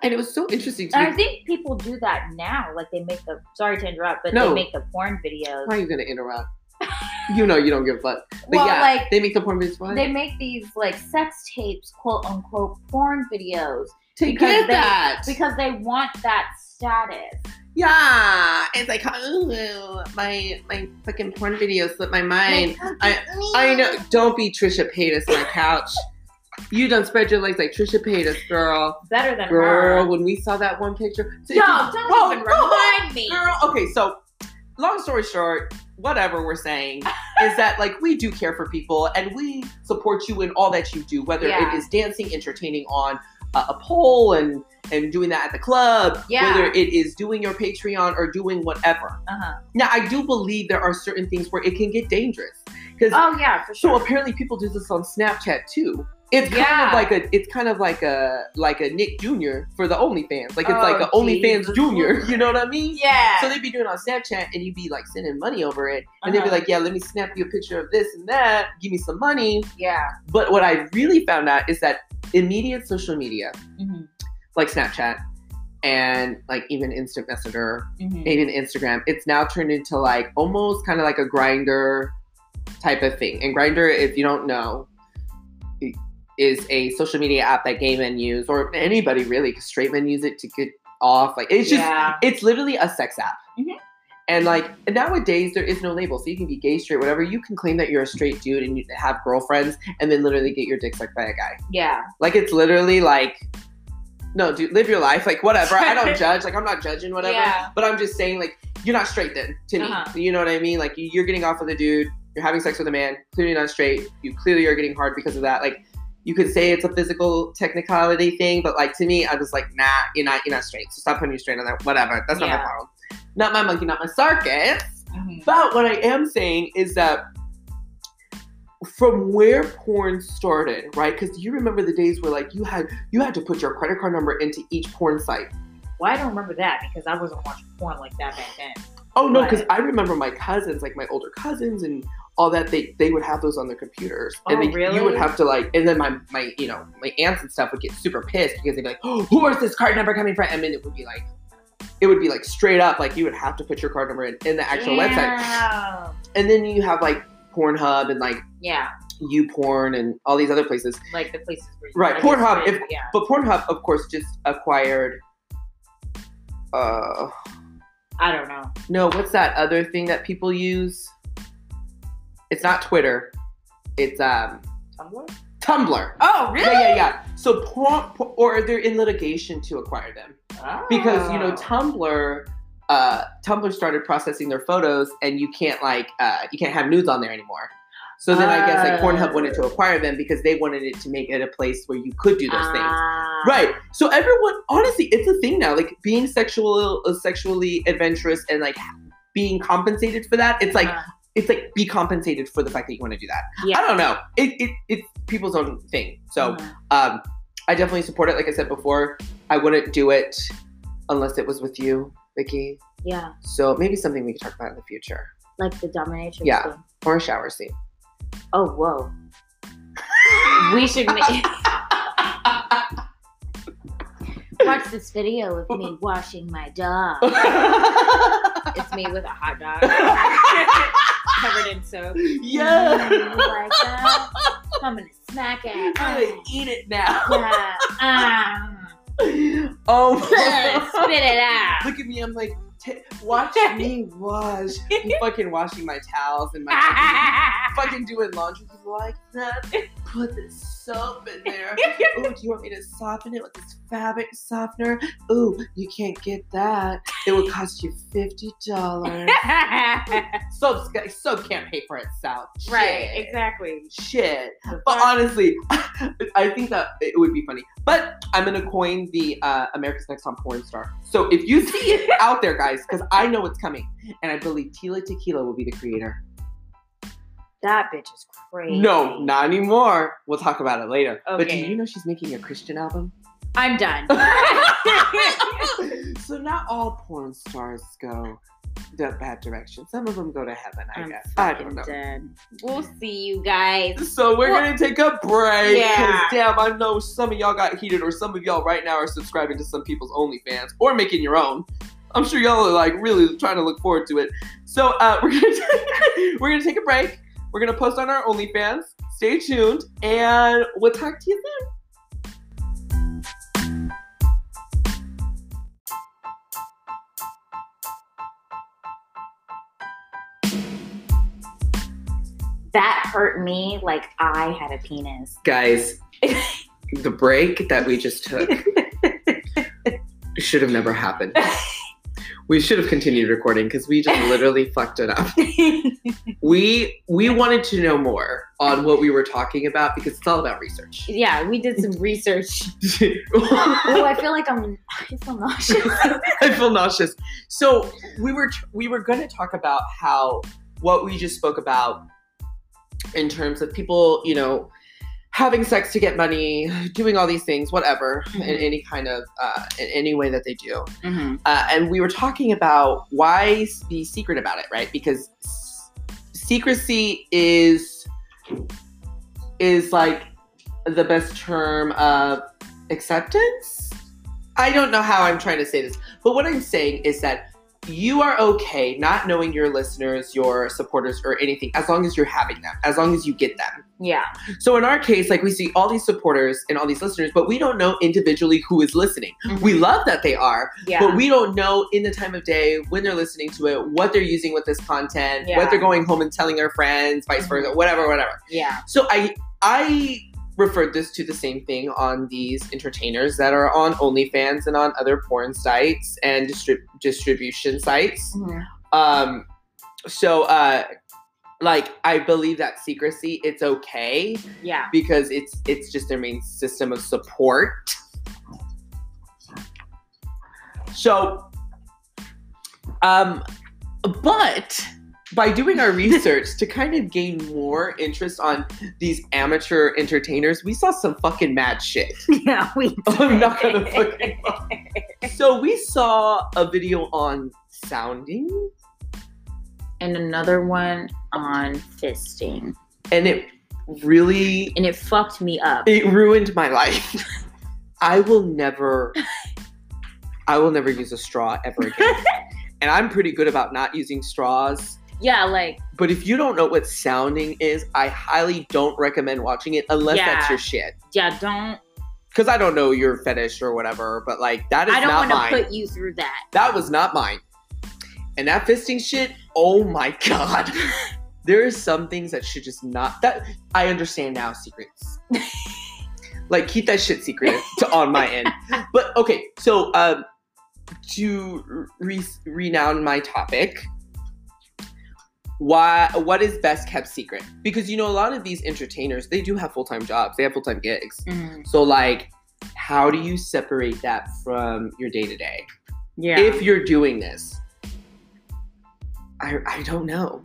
Speaker 1: and it was so interesting to
Speaker 2: And
Speaker 1: (laughs) me
Speaker 2: I think people do that now. Like they make the sorry to interrupt, but
Speaker 1: No.
Speaker 2: they make the porn videos.
Speaker 1: why are you gonna
Speaker 2: (laughs)
Speaker 1: interrupt you know you don't give a fuck but
Speaker 2: well,
Speaker 1: yeah
Speaker 2: like
Speaker 1: they make the porn videos what?
Speaker 2: they make these like sex tapes, quote unquote, porn videos
Speaker 1: to
Speaker 2: because
Speaker 1: get
Speaker 2: they-
Speaker 1: that
Speaker 2: because they want that status.
Speaker 1: yeah it's like oh, my my fucking porn video slipped my mind I know. Don't be Trisha Paytas on my couch. you done spread your legs like Trisha Paytas, girl.
Speaker 2: better than
Speaker 1: Girl,
Speaker 2: her.
Speaker 1: when we saw that one picture. so if
Speaker 2: Yo,
Speaker 1: you-
Speaker 2: don't
Speaker 1: Whoa,
Speaker 2: even
Speaker 1: whoa,
Speaker 2: remind me.
Speaker 1: Girl, okay, so long story short, whatever we're saying
Speaker 2: (laughs)
Speaker 1: is that like we do care for people and we support you in all that you do, whether
Speaker 2: Yeah.
Speaker 1: it is dancing, entertaining on a, a pole and and doing that at the club,
Speaker 2: Yeah.
Speaker 1: whether it is doing your Patreon or doing whatever.
Speaker 2: Uh-huh.
Speaker 1: Now, I do believe there are certain things where it can get dangerous because
Speaker 2: Oh yeah, for
Speaker 1: so
Speaker 2: sure.
Speaker 1: apparently people do this on Snapchat too. It's
Speaker 2: Yeah.
Speaker 1: kind of like a it's kind of like a like a Nick Jr. for the OnlyFans. Like it's
Speaker 2: Oh,
Speaker 1: like a OnlyFans
Speaker 2: Jesus.
Speaker 1: Junior. (laughs) You know what I mean?
Speaker 2: yeah.
Speaker 1: So they'd be doing it on Snapchat and you'd be like sending money over it. And they'd
Speaker 2: Uh-huh.
Speaker 1: be like, yeah, let me snap you a picture of this and that. Give me some money.
Speaker 2: yeah.
Speaker 1: But what I really found out is that immediate social media,
Speaker 2: Mhm.
Speaker 1: like Snapchat and like even Instant Messenger,
Speaker 2: Mhm.
Speaker 1: even Instagram, it's now turned into like almost kind of like a grinder type of thing. And grinder, if you don't know, is a social media app that gay men use, or anybody really, 'cause straight men use it to get off. Like it's just
Speaker 2: yeah.
Speaker 1: it's literally a sex app.
Speaker 2: Mhm.
Speaker 1: And like nowadays, there is no label, so you can be gay, straight, whatever. You can claim that you're a straight dude and you have girlfriends, and then literally get your dick sucked by a guy.
Speaker 2: yeah.
Speaker 1: Like it's literally like, no, dude, live your life. Like whatever. I don't judge. Like I'm not judging whatever.
Speaker 2: Yeah.
Speaker 1: But I'm just saying like you're not straight then to me.
Speaker 2: Uh-huh.
Speaker 1: You know what I mean? Like you- you're getting off with a dude. You're having sex with a man. Clearly not straight. You clearly are getting hard because of that. Like. You could say it's a physical technicality thing, but like to me, I'm just like, nah, you're not, you're not straight. So stop putting you straight on that. Whatever. That's not my
Speaker 2: Yeah.
Speaker 1: problem. Not my monkey, not my circus.
Speaker 2: Mhm.
Speaker 1: But what I am saying is that from where porn started, right? Because you remember the days where like you had you had to put your credit card number into each porn site.
Speaker 2: Well, I don't remember that because I wasn't watching porn like that back then.
Speaker 1: Oh no,
Speaker 2: Right.
Speaker 1: because I remember my cousins, like my older cousins and all that, they they would have those on their computers.
Speaker 2: Oh,
Speaker 1: and they,
Speaker 2: really?
Speaker 1: you would have to like and then my my you know, my aunts and stuff would get super pissed because they'd be like, oh, who is this card number coming from? And then it would be like it would be like straight up, like you would have to put your card number in, in the actual website.
Speaker 2: Damn.
Speaker 1: And then you have like Pornhub and like
Speaker 2: Yeah,
Speaker 1: YouPorn and all these other places.
Speaker 2: like the places where you
Speaker 1: Right,
Speaker 2: I guess
Speaker 1: Pornhub,
Speaker 2: it- yeah.
Speaker 1: But Pornhub, of course, just acquired. Uh,
Speaker 2: I don't know.
Speaker 1: no, what's that other thing that people use? It's not Twitter. It's um
Speaker 2: Tumblr?
Speaker 1: Tumblr.
Speaker 2: Oh,
Speaker 1: Yeah, yeah, yeah. So porn, or they're in litigation to acquire them because you
Speaker 2: Ah. Oh.
Speaker 1: know Tumblr. Uh, Tumblr started processing their photos, and you can't like uh, you can't have nudes on there anymore. So then I guess like Pornhub wanted to acquire them because they wanted it to make it a place where you could do those things.
Speaker 2: Ah.
Speaker 1: Right. So everyone, honestly, it's a thing now. Like being sexual, uh, sexually adventurous, and like being compensated for that. It's like
Speaker 2: Uh,
Speaker 1: it's like be compensated for the fact that you want to do that.
Speaker 2: yeah.
Speaker 1: I don't know. It, it it's people's own thing. So
Speaker 2: Mhm.
Speaker 1: um, I definitely support it. Like I said before, I wouldn't do it unless it was with you, Vicky.
Speaker 2: yeah,
Speaker 1: So maybe something we could talk about in the future
Speaker 2: like the dominatrix.
Speaker 1: Yeah.
Speaker 2: Thing.
Speaker 1: or a shower scene. (laughs)
Speaker 2: Oh whoa. we should make (laughs) watch this video
Speaker 1: (laughs)
Speaker 2: of me washing my dog. It's me with a
Speaker 1: (laughs)
Speaker 2: hot dog covered in soap.
Speaker 1: (laughs) yeah.
Speaker 2: Mm, like that. I'm gonna smack
Speaker 1: (laughs)
Speaker 2: it.
Speaker 1: I'm gonna eat it now.
Speaker 2: Yeah. Ah.
Speaker 1: (laughs) Oh.
Speaker 2: Spit
Speaker 1: my-
Speaker 2: it
Speaker 1: (laughs)
Speaker 2: out.
Speaker 1: Look at me. I'm like, t- watch me wash. I'm fucking washing my towels and my
Speaker 2: (laughs)
Speaker 1: fucking doing laundry like that. Put this soap in there. Ooh, do you want me to soften it with this fabric softener? Ooh, you can't get that. It will cost you fifty dollars.
Speaker 2: (laughs)
Speaker 1: soap, soap can't pay for itself.
Speaker 2: right,
Speaker 1: Shit.
Speaker 2: exactly.
Speaker 1: Shit. But honestly, (laughs) I think that it would be funny. But I'm gonna coin the uh, America's Next Top Porn Star. So if you see
Speaker 2: (laughs)
Speaker 1: it out there, guys, because I know it's coming, and I believe Tila Tequila will be the creator.
Speaker 2: That bitch is crazy.
Speaker 1: No, not anymore. We'll talk about it later. But do
Speaker 2: Okay.
Speaker 1: you know she's making a Christian
Speaker 2: (laughs)
Speaker 1: album? (laughs)
Speaker 2: I'm done.
Speaker 1: So not all porn stars go the bad direction. Some of them go to heaven. I
Speaker 2: I'm
Speaker 1: guess. I
Speaker 2: fucking
Speaker 1: don't know.
Speaker 2: done. We'll see you guys.
Speaker 1: So we're
Speaker 2: Well-
Speaker 1: gonna take a break.
Speaker 2: Yeah.
Speaker 1: Cause damn, I know some of y'all got heated, or some of y'all right now are subscribing to some people's OnlyFans or making your own. I'm sure y'all are like really trying to look forward to it. So uh, (laughs) we're gonna we're gonna take a break. We're gonna post on our OnlyFans. Stay tuned, and we'll talk to you soon.
Speaker 2: That hurt me like I had a (laughs) penis.
Speaker 1: Guys, the
Speaker 2: (laughs)
Speaker 1: break that we just took should have never happened. We should have continued recording because we just literally fucked it up. We we wanted to know more on what we were talking about because it's all about research.
Speaker 2: yeah, we did some research.
Speaker 1: I (laughs)
Speaker 2: Oh, I feel like I'm. I feel (laughs) nauseous.
Speaker 1: feel nauseous. So we were we were going to talk about how what we just spoke about in terms of people, you know, having sex to get money, doing all these things, whatever, in
Speaker 2: Mhm.
Speaker 1: any kind of uh, in any way that they do. uh, and we were talking about why s- be secret about it, right? Because s- secrecy is is like the best term of acceptance. I don't know how I'm trying to say this, but what I'm saying is that you are okay not knowing your listeners, your supporters, or anything as long as you're having them, as long as you get them.
Speaker 2: Yeah,
Speaker 1: So in our case, like we see all these supporters and all these listeners, but we don't know individually who is listening. We love that they are,
Speaker 2: yeah,
Speaker 1: but we don't know in the time of day when they're listening to it, what they're using with this content,
Speaker 2: Yeah.
Speaker 1: what they're going home and telling their friends, vice
Speaker 2: Mhm.
Speaker 1: versa, whatever, whatever.
Speaker 2: yeah,
Speaker 1: So I I referred this to the same thing on these entertainers that are on OnlyFans and on other porn sites and distrib- distribution sites.
Speaker 2: Mhm.
Speaker 1: Um, so uh, like I believe that secrecy it's okay
Speaker 2: yeah.
Speaker 1: because it's it's just their main system of support. So, um, but by doing our research to kind of gain more interest on these amateur entertainers, we saw some fucking mad shit.
Speaker 2: (laughs)
Speaker 1: (laughs)
Speaker 2: Yeah, we.
Speaker 1: I'm not gonna
Speaker 2: (laughs)
Speaker 1: fucking. so we saw a video on sounding,
Speaker 2: And another one on fisting,
Speaker 1: and it really
Speaker 2: and it fucked me up.
Speaker 1: it ruined my life. I will never, I will never use a straw ever again. and I'm pretty good about not using straws.
Speaker 2: Yeah, like
Speaker 1: But if you don't know what sounding is, I highly don't recommend watching it unless that's
Speaker 2: Yeah.
Speaker 1: your shit.
Speaker 2: yeah, don't.
Speaker 1: Because I don't know your fetish or whatever, but like that is
Speaker 2: I don't
Speaker 1: not
Speaker 2: want
Speaker 1: mine.
Speaker 2: to put you through that.
Speaker 1: that was not mine. And that fisting shit, oh my (laughs) god. there is some things that should just not that I understand now secrets. like keep that shit secret to, on my end. But okay, so um to re- renown my topic, why what is best kept secret? Because you know a lot of these entertainers, they do have full-time jobs. They have full-time gigs.
Speaker 2: Mhm.
Speaker 1: So like how do you separate that from your day-to-day?
Speaker 2: Yeah,
Speaker 1: if you're doing this i i don't know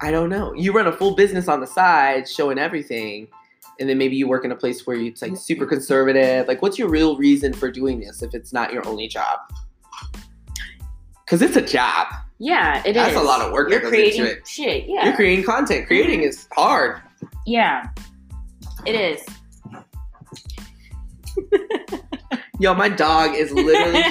Speaker 1: i don't know you run a full business on the side showing everything and then maybe you work in a place where it's like super
Speaker 2: Mm-hmm.
Speaker 1: conservative like what's your real reason for doing this if it's not your only job because it's a job
Speaker 2: yeah, it is.
Speaker 1: That's a lot of work that
Speaker 2: You're
Speaker 1: goes
Speaker 2: creating
Speaker 1: into it.
Speaker 2: shit. Yeah,
Speaker 1: you're creating content creating is hard
Speaker 2: yeah, it is.
Speaker 1: yo my dog is
Speaker 2: (laughs)
Speaker 1: literally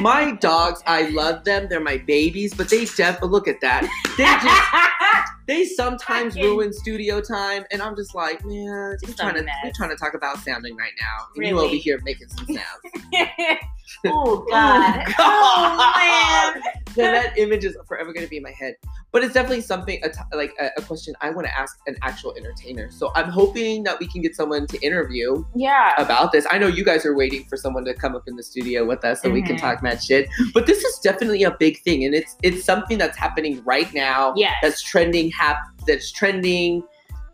Speaker 1: my dogs i love them they're my babies but they def look at that they just they sometimes
Speaker 2: Fucking-
Speaker 1: ruin studio time, and I'm just like, man, we're
Speaker 2: Just
Speaker 1: trying, to,
Speaker 2: a mess.
Speaker 1: we're trying to talk about sounding right now. and You
Speaker 2: Really?
Speaker 1: over here making
Speaker 2: (laughs)
Speaker 1: some sounds. (laughs)
Speaker 2: oh God.
Speaker 1: God.
Speaker 2: (laughs) Oh man.
Speaker 1: then that image is forever going to be in my head. But it's definitely something, a t- like a, a question I want to ask an actual entertainer. So I'm hoping that we can get someone to interview
Speaker 2: Yeah.
Speaker 1: about this. I know you guys are waiting for someone to come up in the studio with us so we can
Speaker 2: Mhm.
Speaker 1: talk mad shit. But this is definitely a big thing, and it's it's something that's happening right now.
Speaker 2: Yes.
Speaker 1: that's trending hap- that's trending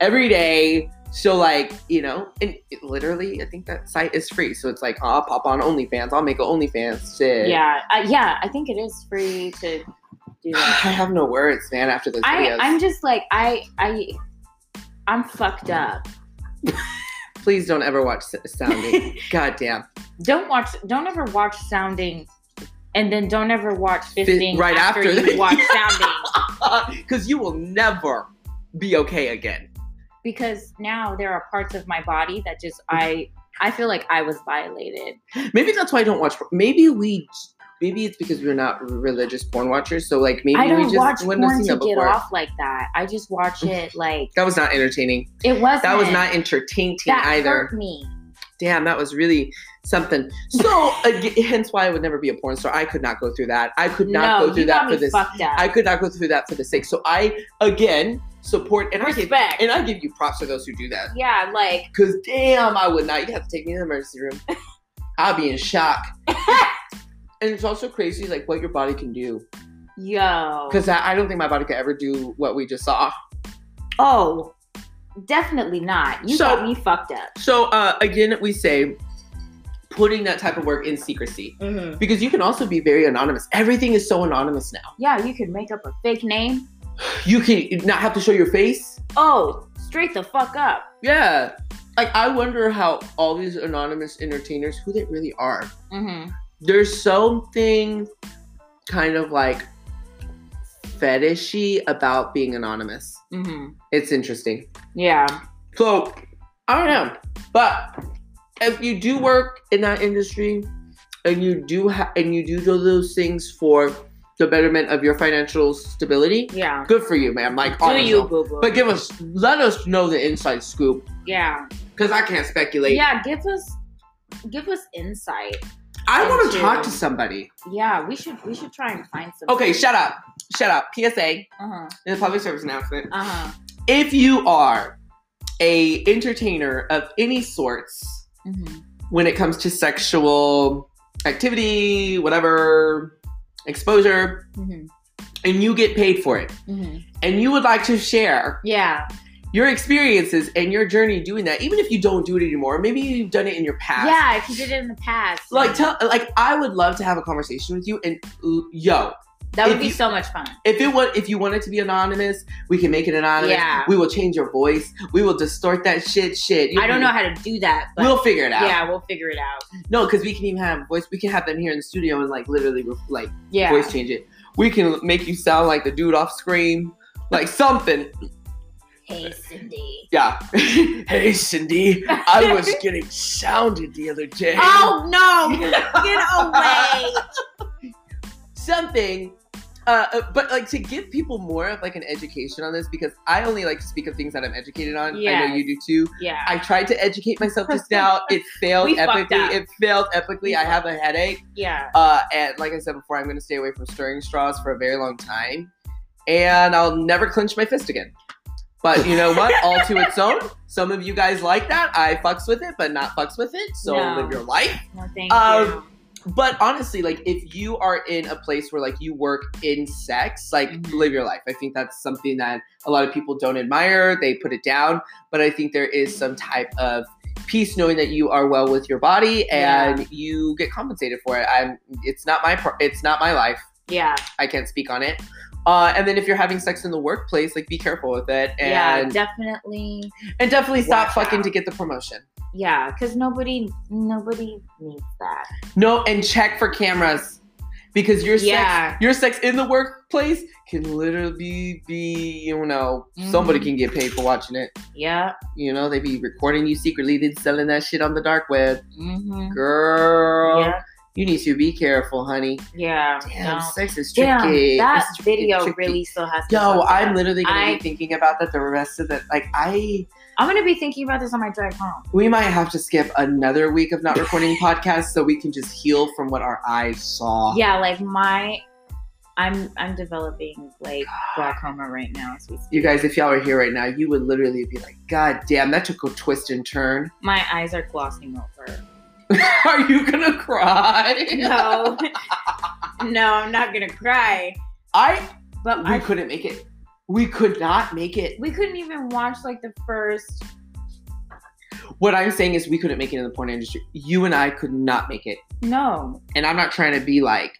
Speaker 1: every day. So like, you know, and it, literally I think that site is free. So it's like, I'll pop on OnlyFans, I'll make an OnlyFans shit.
Speaker 2: Yeah. I, yeah. I think it is free to
Speaker 1: I
Speaker 2: do
Speaker 1: (laughs)
Speaker 2: that.
Speaker 1: have no words, man, after those
Speaker 2: I
Speaker 1: videos.
Speaker 2: I'm just like I I I'm fucked up.
Speaker 1: Please don't ever watch S- Sounding.
Speaker 2: (laughs)
Speaker 1: God damn.
Speaker 2: don't watch. Don't ever watch sounding. And then don't ever watch fisting
Speaker 1: right
Speaker 2: after,
Speaker 1: after that. (laughs)
Speaker 2: you watch sounding
Speaker 1: Because Uh, you will never be okay again.
Speaker 2: because now there are parts of my body that just I I feel like I was violated.
Speaker 1: Maybe that's why I don't watch. Maybe we. Maybe it's because we're not religious porn watchers. So like maybe
Speaker 2: I
Speaker 1: we
Speaker 2: don't
Speaker 1: just
Speaker 2: watch
Speaker 1: wouldn't have
Speaker 2: porn
Speaker 1: seen
Speaker 2: to
Speaker 1: that
Speaker 2: get
Speaker 1: before.
Speaker 2: off like that. I just watch
Speaker 1: (laughs)
Speaker 2: it like
Speaker 1: That was not entertaining.
Speaker 2: it wasn't.
Speaker 1: That was not entertaining
Speaker 2: that
Speaker 1: either.
Speaker 2: hurt me.
Speaker 1: damn, that was really something.
Speaker 2: (laughs)
Speaker 1: So, again, hence why I would never be a porn star. I could not go through that. I could not
Speaker 2: no,
Speaker 1: go through
Speaker 2: you
Speaker 1: that
Speaker 2: got
Speaker 1: for
Speaker 2: me
Speaker 1: this.
Speaker 2: fucked up.
Speaker 1: I could not go through that for the sake. So, I again support and I
Speaker 2: Respect.
Speaker 1: give and I give you props to those who do that.
Speaker 2: yeah, like
Speaker 1: Cause
Speaker 2: (laughs)
Speaker 1: damn, I would not. You would have to take me to the emergency room. I'll be in shock. and it's also crazy like what your body can do
Speaker 2: Yo.
Speaker 1: because I, I don't think my body could ever do what we just saw.
Speaker 2: Oh, definitely not. You
Speaker 1: So-
Speaker 2: got me fucked up.
Speaker 1: So uh, again, we say putting that type of work in secrecy
Speaker 2: Mm-hmm.
Speaker 1: because you can also be very anonymous. Everything is so anonymous now.
Speaker 2: Yeah, you could make up a fake name.
Speaker 1: You can not have to show your face.
Speaker 2: Oh, straight the fuck up.
Speaker 1: Yeah. Like I wonder how all these anonymous entertainers who they really are.
Speaker 2: Mm-hmm.
Speaker 1: There's something kind of like fetishy about being anonymous.
Speaker 2: Mm-hmm.
Speaker 1: It's interesting.
Speaker 2: Yeah.
Speaker 1: So I don't know, but if you do work in that industry and you do ha- and you do do those things for the betterment of your financial stability,
Speaker 2: Yeah.
Speaker 1: good for you, man. Like,
Speaker 2: Do
Speaker 1: honestly.
Speaker 2: you, boo boo?
Speaker 1: But give us, let us know the inside scoop
Speaker 2: yeah.
Speaker 1: because I can't speculate.
Speaker 2: yeah. Give us, give us insight.
Speaker 1: I want
Speaker 2: thank
Speaker 1: to
Speaker 2: you.
Speaker 1: talk to somebody.
Speaker 2: Yeah, we should, we should try and find some.
Speaker 1: Okay, shut up, shut up. PSA
Speaker 2: Uh huh.
Speaker 1: in the public service announcement.
Speaker 2: Uh huh.
Speaker 1: If you are a entertainer of any sorts,
Speaker 2: Mm-hmm.
Speaker 1: when it comes to sexual activity, whatever exposure,
Speaker 2: Mm-hmm.
Speaker 1: and you get paid for it,
Speaker 2: Mm-hmm.
Speaker 1: and you would like to share
Speaker 2: Yeah.
Speaker 1: your experiences and your journey doing that, even if you don't do it anymore, maybe you've done it in your past.
Speaker 2: Yeah. If you did it in the past,
Speaker 1: Like tell, like I would love to have a conversation with you, and ooh, yo,
Speaker 2: that would
Speaker 1: if
Speaker 2: be
Speaker 1: you-
Speaker 2: so much fun.
Speaker 1: if it was, if you want it to be anonymous, we can make it anonymous.
Speaker 2: Yeah.
Speaker 1: We will change your voice. We will distort that shit. Shit. You-
Speaker 2: I don't know how to do that, but
Speaker 1: We'll figure it out.
Speaker 2: yeah, we'll figure it out.
Speaker 1: No, because we can even have voice. We can have them here in the studio and like literally, re- like
Speaker 2: Yeah.
Speaker 1: voice change it. We can make you sound like the dude off screen, like something.
Speaker 2: Hey,
Speaker 1: (laughs)
Speaker 2: Cindy.
Speaker 1: Yeah. hey, Cindy, I
Speaker 2: (laughs)
Speaker 1: was getting sounded the other day.
Speaker 2: Oh
Speaker 1: (laughs)
Speaker 2: no! Get away!
Speaker 1: Something. Uh, uh, but like to give people more of like an education on this because I only like to speak of things that I'm educated on. I know
Speaker 2: Yes.
Speaker 1: you do too.
Speaker 2: Yeah.
Speaker 1: I tried to educate myself
Speaker 2: (laughs)
Speaker 1: just now. It failed
Speaker 2: We fucked
Speaker 1: epically.
Speaker 2: up.
Speaker 1: It failed epically.
Speaker 2: We
Speaker 1: I have a headache.
Speaker 2: Yeah.
Speaker 1: Uh, and like I said before, I'm going to stay away from stirring straws for a very long time, and I'll never clench my fist again. But you know
Speaker 2: (laughs)
Speaker 1: what? All to its own. Some of you guys like that. I fucks with it, but not fucks with it. So
Speaker 2: No.
Speaker 1: live your life.
Speaker 2: No, thank
Speaker 1: Um, But honestly, like if you are in a place where like you work in sex, like
Speaker 2: Mhm.
Speaker 1: live your life. I think that's something that a lot of people don't admire. They put it down, but I think there is some type of peace knowing that you are well with your body and you get compensated for it. I'm it's not my pro- it's not my life.
Speaker 2: you. Yeah.
Speaker 1: I can't speak on it. Uh, and then if you're having sex in the workplace, like be careful with it
Speaker 2: yeah.
Speaker 1: and
Speaker 2: Definitely.
Speaker 1: and definitely stop
Speaker 2: Watch
Speaker 1: fucking
Speaker 2: out.
Speaker 1: to get the promotion.
Speaker 2: Yeah, because nobody, nobody needs that.
Speaker 1: No, and check for cameras because your sex,
Speaker 2: Yeah.
Speaker 1: your sex in the workplace can literally be, you know, somebody
Speaker 2: Mhm.
Speaker 1: can get paid for watching it.
Speaker 2: Yeah.
Speaker 1: You know, they be recording you secretly, then selling that shit on the dark web.
Speaker 2: Mm-hmm.
Speaker 1: Girl,
Speaker 2: Yeah.
Speaker 1: you need to be careful, honey.
Speaker 2: Yeah.
Speaker 1: Damn,
Speaker 2: no.
Speaker 1: sex is
Speaker 2: Damn,
Speaker 1: tricky.
Speaker 2: that
Speaker 1: It's tricky,
Speaker 2: video
Speaker 1: tricky.
Speaker 2: really still has. to
Speaker 1: Yo,
Speaker 2: fuck
Speaker 1: I'm
Speaker 2: up.
Speaker 1: literally gonna
Speaker 2: I-
Speaker 1: be thinking about that the rest of the like. I
Speaker 2: I'm gonna be thinking about this on my drive home.
Speaker 1: we might have to skip another week of not
Speaker 2: (laughs)
Speaker 1: recording podcasts so we can just heal from what our eyes saw.
Speaker 2: Yeah, like my, I'm I'm developing like glaucoma right now. as we speak.
Speaker 1: You guys, if y'all were here right now, you would literally be like, God damn, that took a twist and turn.
Speaker 2: My eyes are glossing
Speaker 1: (laughs)
Speaker 2: over.
Speaker 1: Are you gonna cry?
Speaker 2: No, (laughs) no, I'm not gonna cry.
Speaker 1: I
Speaker 2: But
Speaker 1: we
Speaker 2: I
Speaker 1: couldn't make it. We could not make it.
Speaker 2: we couldn't even watch like the first
Speaker 1: What I'm saying is we couldn't make it in the porn industry. You and I could not make it.
Speaker 2: no
Speaker 1: And I'm not trying to be like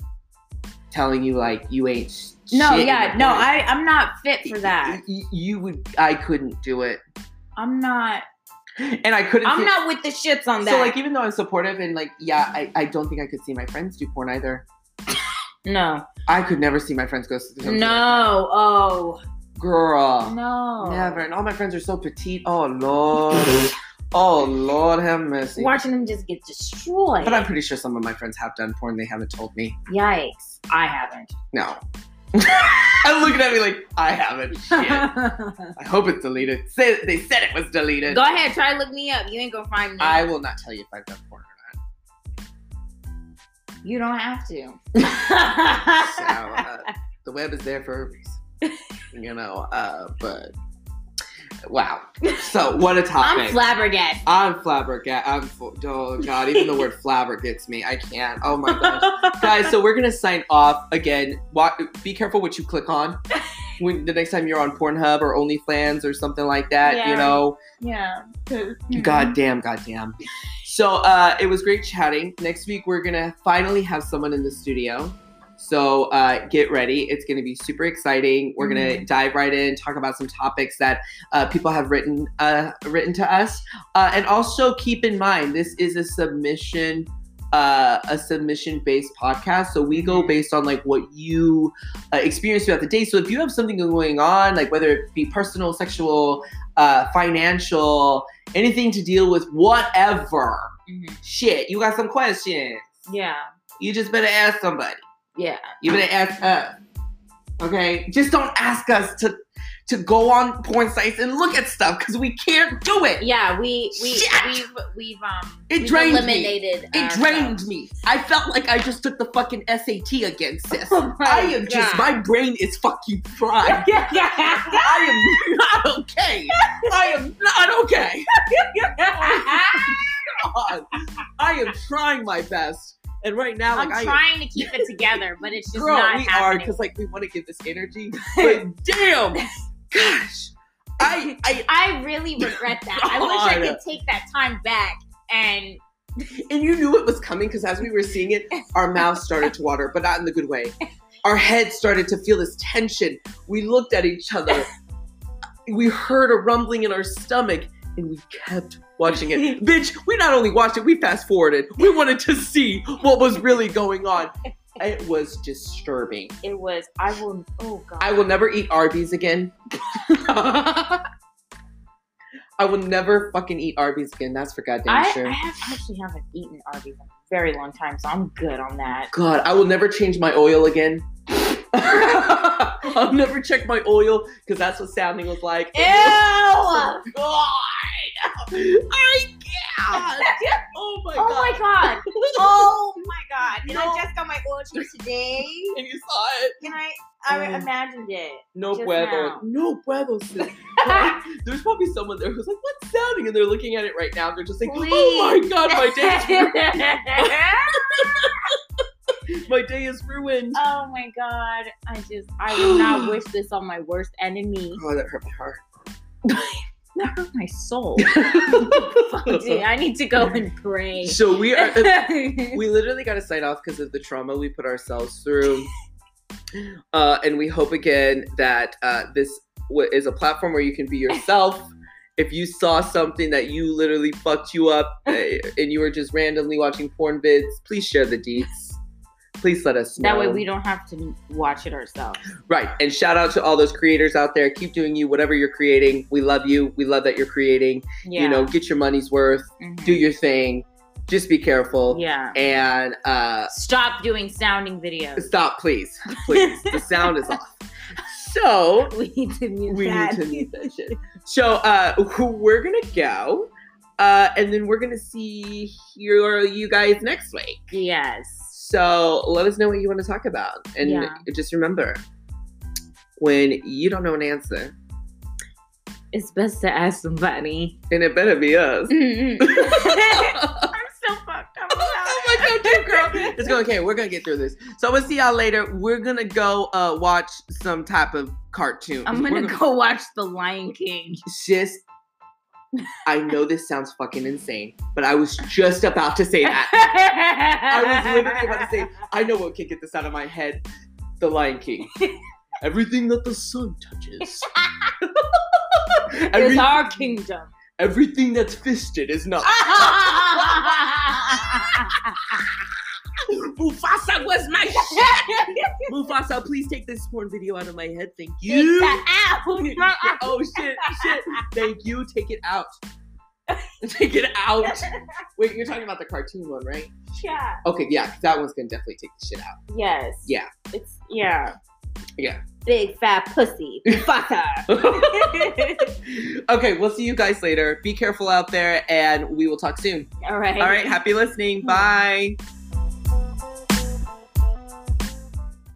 Speaker 1: telling you like you ain't sh-
Speaker 2: no
Speaker 1: shit in
Speaker 2: yeah
Speaker 1: the
Speaker 2: no
Speaker 1: porn
Speaker 2: i i'm not fit for that
Speaker 1: Y- y- You would. I couldn't do it,
Speaker 2: i'm not
Speaker 1: and I couldn't.
Speaker 2: i'm
Speaker 1: see-
Speaker 2: not with the shits on that
Speaker 1: So like, even though I'm supportive and like, yeah, I, I don't think I could see my friends do porn either.
Speaker 2: no
Speaker 1: I could never see my friends go. to the-
Speaker 2: no oh
Speaker 1: girl,
Speaker 2: no
Speaker 1: never. And all my friends are so petite. Oh lord, oh lord, have mercy.
Speaker 2: watching them just get destroyed
Speaker 1: But I'm pretty sure some of my friends have done porn. They haven't told me.
Speaker 2: yikes i haven't
Speaker 1: No. I'm looking at me like I haven't. (laughs)
Speaker 2: (laughs)
Speaker 1: Shit. I hope it's deleted. Say, they said it was deleted.
Speaker 2: go ahead try to look me up you ain't gonna find me
Speaker 1: I will not tell you if I've done porn or not.
Speaker 2: you don't have
Speaker 1: (laughs)
Speaker 2: to (laughs)
Speaker 1: So, uh, the web is there for a reason. You know, uh, but Wow. So what a
Speaker 2: I'm
Speaker 1: topic.
Speaker 2: flabbergasted.
Speaker 1: I'm flabbergasted. I'm fl- oh god, even the word flabber gets me. I can't. Oh my gosh, guys. So we're gonna sign off again. Wa be careful what you click on when the next time you're on Pornhub or OnlyFans or something like that. You
Speaker 2: Yeah. Mm-hmm.
Speaker 1: know,
Speaker 2: yeah. 'cause-
Speaker 1: god damn, god damn. So uh, it was great chatting. Next week we're gonna finally have someone in the studio. So uh, get ready. It's gonna be super exciting. We're gonna dive right in, talk about some topics that uh, people have written uh, written to us, uh, and also keep in mind this is a submission uh, a submission based podcast. So we go based on like what you uh, experience throughout the day. So if you have something going on, like whether it be personal, sexual, uh, financial, anything to deal with, whatever
Speaker 2: Mhm.
Speaker 1: shit, you got some questions.
Speaker 2: Yeah.
Speaker 1: You just better ask somebody.
Speaker 2: Yeah.
Speaker 1: You better ask us. Okay? Just don't ask us to to go on porn sites and look at stuff because we can't do it.
Speaker 2: Yeah, we we
Speaker 1: Shit.
Speaker 2: we've we've um
Speaker 1: It
Speaker 2: we've
Speaker 1: drained me.
Speaker 2: eliminated uh,
Speaker 1: It
Speaker 2: ourselves. (laughs)
Speaker 1: drained me. I felt like I just took the fucking SAT again, sis.
Speaker 2: Oh my
Speaker 1: I am just
Speaker 2: God. (laughs)
Speaker 1: my brain is fucking fried. I am not okay. I am not okay. Oh God. I am trying my best. And right now, like
Speaker 2: I'm
Speaker 1: I am
Speaker 2: trying to keep it together, but it's just
Speaker 1: Girl,
Speaker 2: not
Speaker 1: we are
Speaker 2: happening.
Speaker 1: because like we want to give this
Speaker 2: (laughs)
Speaker 1: energy, but damn, gosh, I, I,
Speaker 2: I really regret that. I wish I
Speaker 1: God.
Speaker 2: could take that time back and
Speaker 1: and you knew it was coming because as we were seeing it, our mouths started to water, but not in the good way. Our heads started to feel this tension. We looked at each other. We heard a rumbling in our stomach, and we kept watching it. Bitch, we not only watched it, we fast forwarded. We wanted to see what was really going on. It was disturbing.
Speaker 2: it was I will oh god.
Speaker 1: I will never eat Arby's again. I will never fucking eat Arby's again. That's for goddamn
Speaker 2: I,
Speaker 1: sure.
Speaker 2: I have actually haven't eaten Arby's in a very long time, so I'm good on that.
Speaker 1: God, I will never change my oil again. (laughs) I'll never check my oil because that's what sounding was like.
Speaker 2: (laughs)
Speaker 1: Oh
Speaker 2: Ew!
Speaker 1: God! (laughs) I can't! Oh my
Speaker 2: Oh
Speaker 1: god! (laughs)
Speaker 2: my god! Oh my god! And
Speaker 1: No.
Speaker 2: I just got my oil change today,
Speaker 1: and you saw it.
Speaker 2: and I I
Speaker 1: Mm.
Speaker 2: imagined
Speaker 1: (laughs)
Speaker 2: it.
Speaker 1: No
Speaker 2: Just
Speaker 1: puedo.
Speaker 2: now.
Speaker 1: No puedo.
Speaker 2: (laughs)
Speaker 1: sis. Right? There's probably someone there who's like, what's sounding? And they're looking at it right now. They're just like, oh my
Speaker 2: Please.
Speaker 1: god, my
Speaker 2: (laughs)
Speaker 1: day's my day is ruined.
Speaker 2: oh my god! I just I
Speaker 1: (gasps)
Speaker 2: would not wish this on my worst enemy.
Speaker 1: Oh, that hurt my
Speaker 2: (laughs)
Speaker 1: heart.
Speaker 2: That hurt
Speaker 1: (laughs)
Speaker 2: my soul. Dude, I need to go and
Speaker 1: (laughs)
Speaker 2: pray. (laughs)
Speaker 1: so we are we literally got to sign off because of the trauma we put ourselves
Speaker 2: (laughs)
Speaker 1: through. Uh, and we hope again that uh, this w- is a platform where you can be yourself. If you saw something that you literally fucked you
Speaker 2: (laughs)
Speaker 1: up uh, and you were just randomly watching porn vids, please share the deets. Please let us know.
Speaker 2: that way we don't have to watch it ourselves.
Speaker 1: Right. And shout out to all those creators out there. Keep doing you, whatever you're creating. We love you. We love that you're creating.
Speaker 2: Yeah.
Speaker 1: You know, get your money's worth,
Speaker 2: Mhm.
Speaker 1: do your thing, just be careful.
Speaker 2: yeah.
Speaker 1: And uh,
Speaker 2: Stop doing sounding videos.
Speaker 1: stop, please. Please. the sound is
Speaker 2: (laughs)
Speaker 1: off. So
Speaker 2: We need to mute
Speaker 1: we
Speaker 2: that.
Speaker 1: need to mute that shit. So uh, we're going to go. Uh, and then we're going to see here you guys next week.
Speaker 2: (laughs) Yes.
Speaker 1: So let us know what you want to talk about. And
Speaker 2: Yeah.
Speaker 1: just remember when you don't know an answer,
Speaker 2: It's best to ask
Speaker 1: (laughs)
Speaker 2: somebody.
Speaker 1: And it better be us. (laughs)
Speaker 2: I'm
Speaker 1: oh
Speaker 2: so fucked up.
Speaker 1: my god, damn girl. It's going okay, we're gonna get through this. So I'm gonna see y'all later. We're gonna go uh watch some type of cartoon.
Speaker 2: I'm
Speaker 1: We're
Speaker 2: gonna go watch The Lion King.
Speaker 1: just I know this sounds fucking insane, but I was just about to say
Speaker 2: (laughs)
Speaker 1: that.
Speaker 2: I
Speaker 1: was
Speaker 2: (laughs)
Speaker 1: literally about to say- I know what can get this out of my head. The Lion King. Everything that the sun touches.
Speaker 2: It's
Speaker 1: Every-
Speaker 2: our
Speaker 1: (laughs)
Speaker 2: kingdom.
Speaker 1: everything that's fisted is
Speaker 2: (laughs)
Speaker 1: not. Mufasa was my shit. Mufasa, please take this porn video out of my head. Thank you.
Speaker 2: It's the apple.
Speaker 1: (laughs) oh shit, shit. Thank you. Take it out. (laughs) take it out. Wait, you're talking about the cartoon one, right?
Speaker 2: Yeah.
Speaker 1: Okay, yeah, 'cause that one's gonna definitely take the shit out.
Speaker 2: Yes.
Speaker 1: Yeah.
Speaker 2: It's yeah.
Speaker 1: Yeah.
Speaker 2: Big fat pussy. Fucker.
Speaker 1: okay, we'll see you guys later. Be careful out there, and we will talk soon.
Speaker 2: (laughs) All right.
Speaker 1: All right, happy listening. Bye.